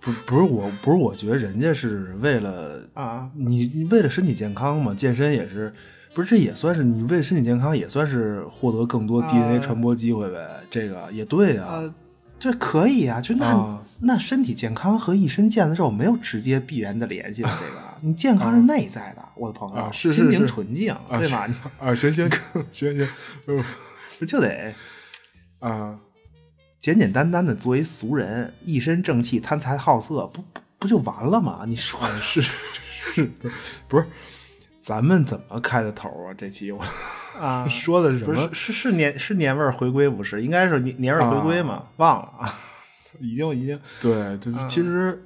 不不是我，不是我觉得人家是为了
啊，
你你为了身体健康嘛，健身也是，不是这也算是你为身体健康也算是获得更多 DNA 传播机会呗？这个也对啊，
啊呃，这可以啊，就那、
啊
那身体健康和一身腱子肉没有直接必然的联系吧？这 个，你健康是内在的，我的朋友，
啊是
心
是
灵
是
纯净，对吧？
啊，行行行行，嗯
你 就得
啊，
简简单单的作为俗人，一身正气，贪财好色，不不不就完了吗？你说嗯是
不是，咱们怎么开的头啊？这期我
啊
说的是什
不
么
是？是是年是年味儿回归不是？应该是年年味儿回归嘛？忘了啊，
已经已经对，就是其实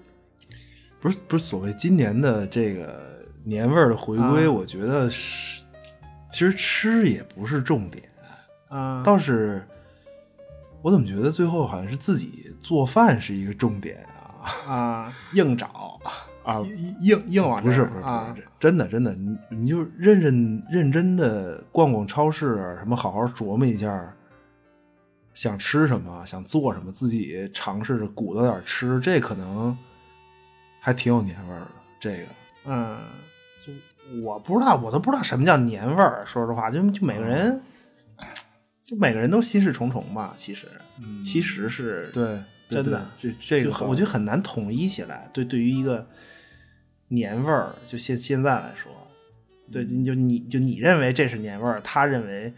不是不是所谓今年的这个年味儿的回归，
啊
我觉得是其实吃也不是重点，
啊
倒是我怎么觉得最后好像是自己做饭是一个重点啊
啊硬找
啊！
硬硬硬往
不
这
是
儿
不是
啊
不是，真的真的，你你就认认认真的逛逛超市，啊什么好好琢磨一下，想吃什么，想做什么，自己尝试着鼓捣点吃，这可能还挺有年味儿的。这个
嗯，就我不知道，我都不知道什么叫年味儿。说实话，就就每个人，
嗯
就每个人都心事重重吧。其实，其实是
对，对
真的
对这这
就
个
很我觉得很难统一起来。对，对于一个年味儿，就现现在来说，对，
嗯
你就你就你认为这是年味儿，他认为。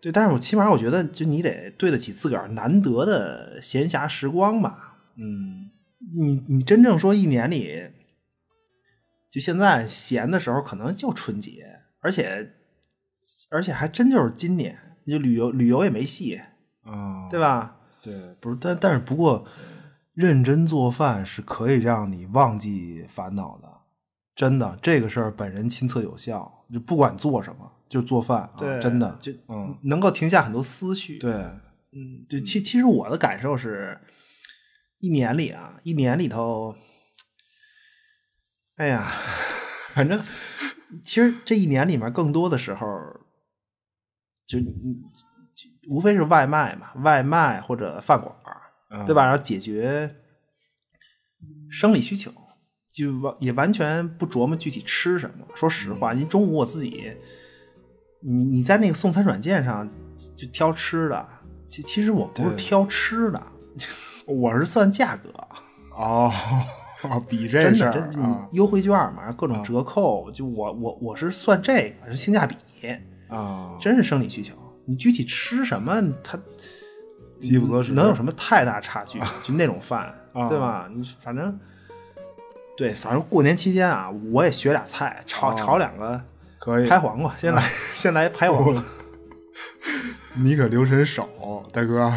对，但是我起码我觉得，就你得对得起自个儿难得的闲暇时光吧。
嗯
你你真正说一年里，就现在闲的时候，可能就春节，而且而且还真就是今年，就旅游旅游也没戏，
啊，
对吧？
对，不是，但但是不过，认真做饭是可以让你忘记烦恼的，真的，这个事儿本人亲测有效，就不管做什么，就做饭、啊，真的，
就
嗯，
能够停下很多思绪。，
对，
嗯，对，其其实我的感受是，一年里啊，一年里头，哎呀，反正其实这一年里面更多的时候，就你你就无非是外卖嘛，外卖或者饭馆儿，
嗯
对吧？？然后解决生理需求，就完也完全不琢磨具体吃什么。说实话，
嗯
你中午我自己，你你在那个送餐软件上就挑吃的，其其实我不是
对
挑吃的， 我是算价格，
哦， 比这
真
事
的
儿
真是
啊
你优惠券嘛，各种折扣，就我我我是算这个是性价比，
啊，
真是生理需求。你具体吃什么，它
饥不择食，
能有什么太大差距？就那种饭，
啊
对吧？你反正，对，反正过年期间啊，我也学俩菜，炒、
啊
炒两个
可以
拍？黄瓜，先来、先来拍黄瓜
你可留神手，大哥，
啊，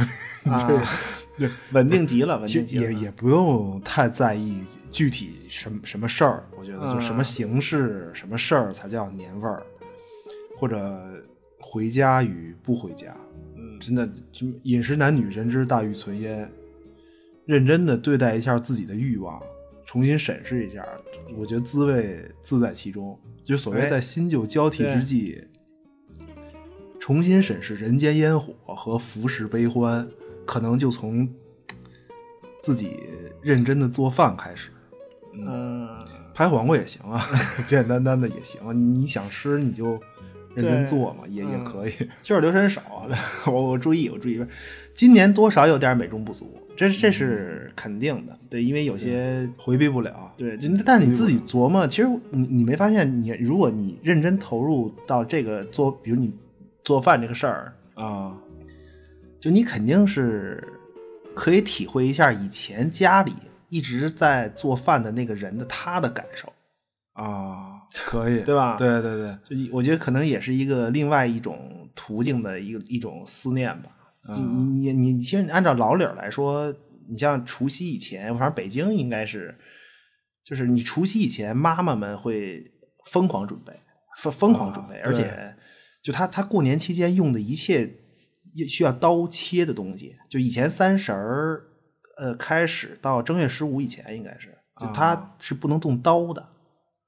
稳定极了，稳
其
定
实
极了
也也不用太在意具体什么什么事儿，我觉得
嗯
就什么形式、什么事儿才叫年味儿，或者回家与不回家，
嗯
真的就饮食男女人之大欲存焉，认真的对待一下自己的欲望，重新审视一下，我觉得滋味自在其中。就所谓
哎
在新旧交替
对
之际，重新审视人间烟火和浮世悲欢，可能就从自己认真的做饭开始。
嗯，
拍黄瓜也行啊， 简简单单的也行啊。你想吃你就
对
认真做嘛，也也
嗯
可以。
就是留神手，啊 我我注意，我注意。今年多少有点美中不足，这这是肯定的，对，因为有些
嗯回避不了。
对，就但是你自己琢磨，其实你你没发现你，如果你认真投入到这个做，比如你做饭这个事儿，
啊，
就你肯定是可以体会一下以前家里一直在做饭的那个人的他的感受，
啊， 可以，
对吧
对对对，
就我觉得可能也是一个另外一种嗯途径的一个一种思念吧。就你你你，其实你按照老理儿来说，你像除夕以前，反正北京应该是，就是你除夕以前，妈妈们会疯狂准备，疯疯狂准备，
啊
而且就他他过年期间用的一切需要刀切的东西，就以前三十儿呃开始到正月十五以前应该是，就他是不能动刀的。呃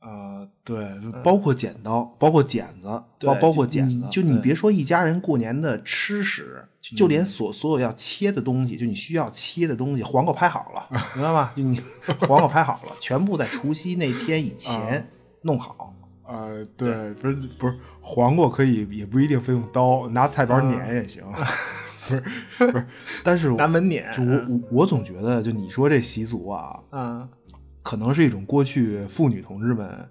啊，对，包括剪刀，包括剪子，包包括剪子，
就你
对嗯
别说一家人过年的吃食，就就连所所有要切的东西，就你需要切的东西，黄瓜拍好了，明白吗？就 你黄瓜拍好了，全部在除夕那天以
嗯
前弄好。
啊、对，不是不是，黄瓜可以也不一定非用刀，拿
嗯
菜板碾也行， 不是不是，但是 我
拿门撵，
就我我我总觉得，就你说这习俗啊，
啊，
可能是一种过去妇女同志们，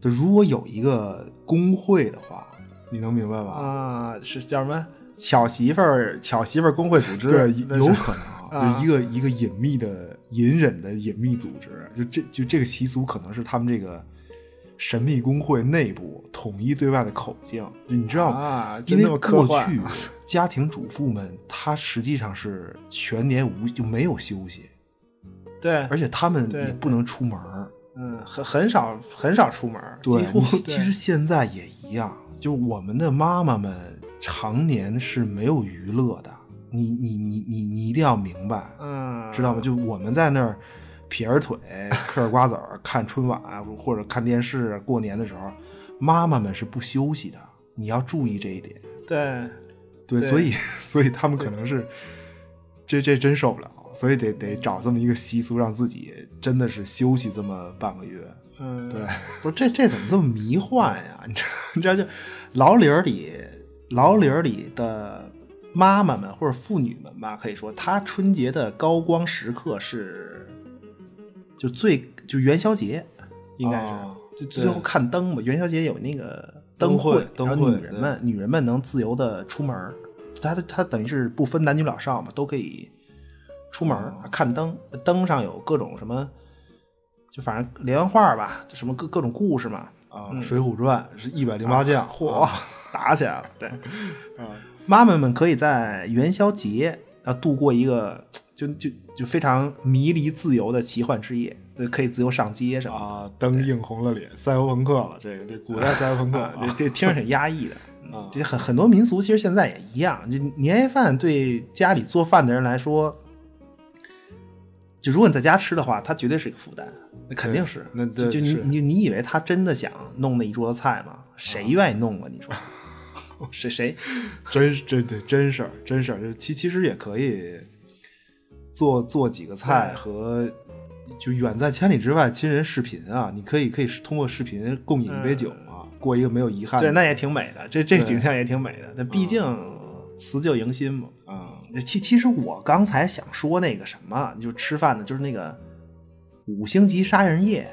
就如果有一个工会的话，你能明白吧？
啊，是叫什么？巧媳妇儿，巧媳妇儿工会组织，
对，
那
有
是
可能，
啊
就一个一个隐秘的、隐忍的隐秘组织，就这就这个习俗可能是他们这个神秘工会内部统一对外的口径，就你知道吗？
啊，
因
真
为
那么科
过
幻
去家庭主妇们，她实际上是全年无就没有休息，
对，
而且她们
对
也不能出门儿。
嗯，很很少很少出门儿，几
对，
乎
你 其
对
实现在也一样，就是我们的妈妈们常年是没有娱乐的。你你你你你一定要明白，
嗯，
知道吗？就我们在那儿撇 着腿、嗑着瓜子儿、看春晚或者看电视，过年的时候，妈妈们是不休息的，你要注意这一点。
对。
对，
对
所以所以他们可能是这这真受不了，所以得得找这么一个习俗，让自己真的是休息这么半个月。
嗯，
对，
不是这这怎么这么迷幻呀？你知道你知道就老李儿里老李儿里的妈妈们或者妇女们吧，可以说她春节的高光时刻是就最就元宵节，应该是、
哦
就
对
最后看灯吧。元宵节有那个
灯会
会，
灯
然后
会
女人们女人们能自由的出门儿，她她等于是不分男女老少嘛，都可以出门、
哦
儿看灯，灯上有各种什么，就反正连环画吧，就什么各各种故事嘛，嗯
啊，水浒传》是一百零八将，
嚯、
啊
打起来了， 对，啊，妈妈们可以在元宵节啊度过一个就就就非常迷离自由的奇幻之夜，对，可以自由上街什么的。
啊，灯映红了脸，赛博朋克了，这个这古代赛博朋克
啊，这
啊，
这听着挺压抑的，
啊
这很很多民俗其实现在也一样。就年夜饭对家里做饭的人来说，就如果你在家吃的话，它绝对是一个负担，那肯定是。
那
就
对
就你
是
你你以为他真的想弄那一桌子菜吗？谁愿意弄啊？ 你说，谁谁
真真对真事儿，真事儿，就其其实也可以做做几个菜和。就远在千里之外亲人视频啊，你可以可以通过视频共饮一杯酒嘛，过一个没有遗憾的
嗯对，那也挺美的，这这
对
景象也挺美的。那毕竟辞旧迎新嘛。
啊
其其实我刚才想说那个什么，就吃饭的，就是那个五星级杀人夜。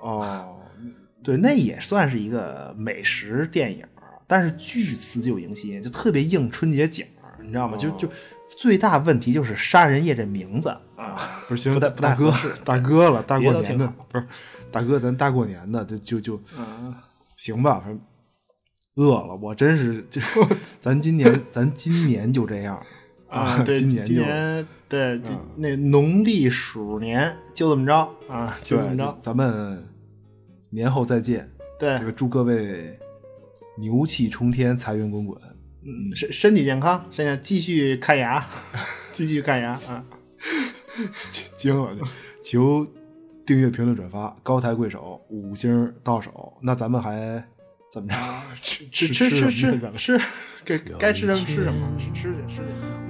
哦，
对，那也算是一个美食电影儿，但是巨辞旧迎新，就特别应春节景儿，你知道吗？就就最大问题就是“杀人夜”这名字哦啊，
不是行，
不太不太
大哥
合适
大哥了，大过
别的
年
挺
的
好嗯
不是大哥，咱大过年的就就就行吧，反正饿了，我真是就咱今年咱今年就这样
啊，对，
今
今
年就
年啊对，就那农历鼠年就这么着啊，就这
对
么着，，
咱们年后再见，
对
这，个祝各位牛气冲天，财源滚滚。
嗯身身体健康，身体继续看牙，继续看牙啊，
惊了就，求订阅、评论、转发，高抬贵手，五星到手。那咱们还怎么着？吃
啊吃
吃
吃吃
什么呀
吃
咱们
吃，该该吃什么吃什么，吃吃去吃去。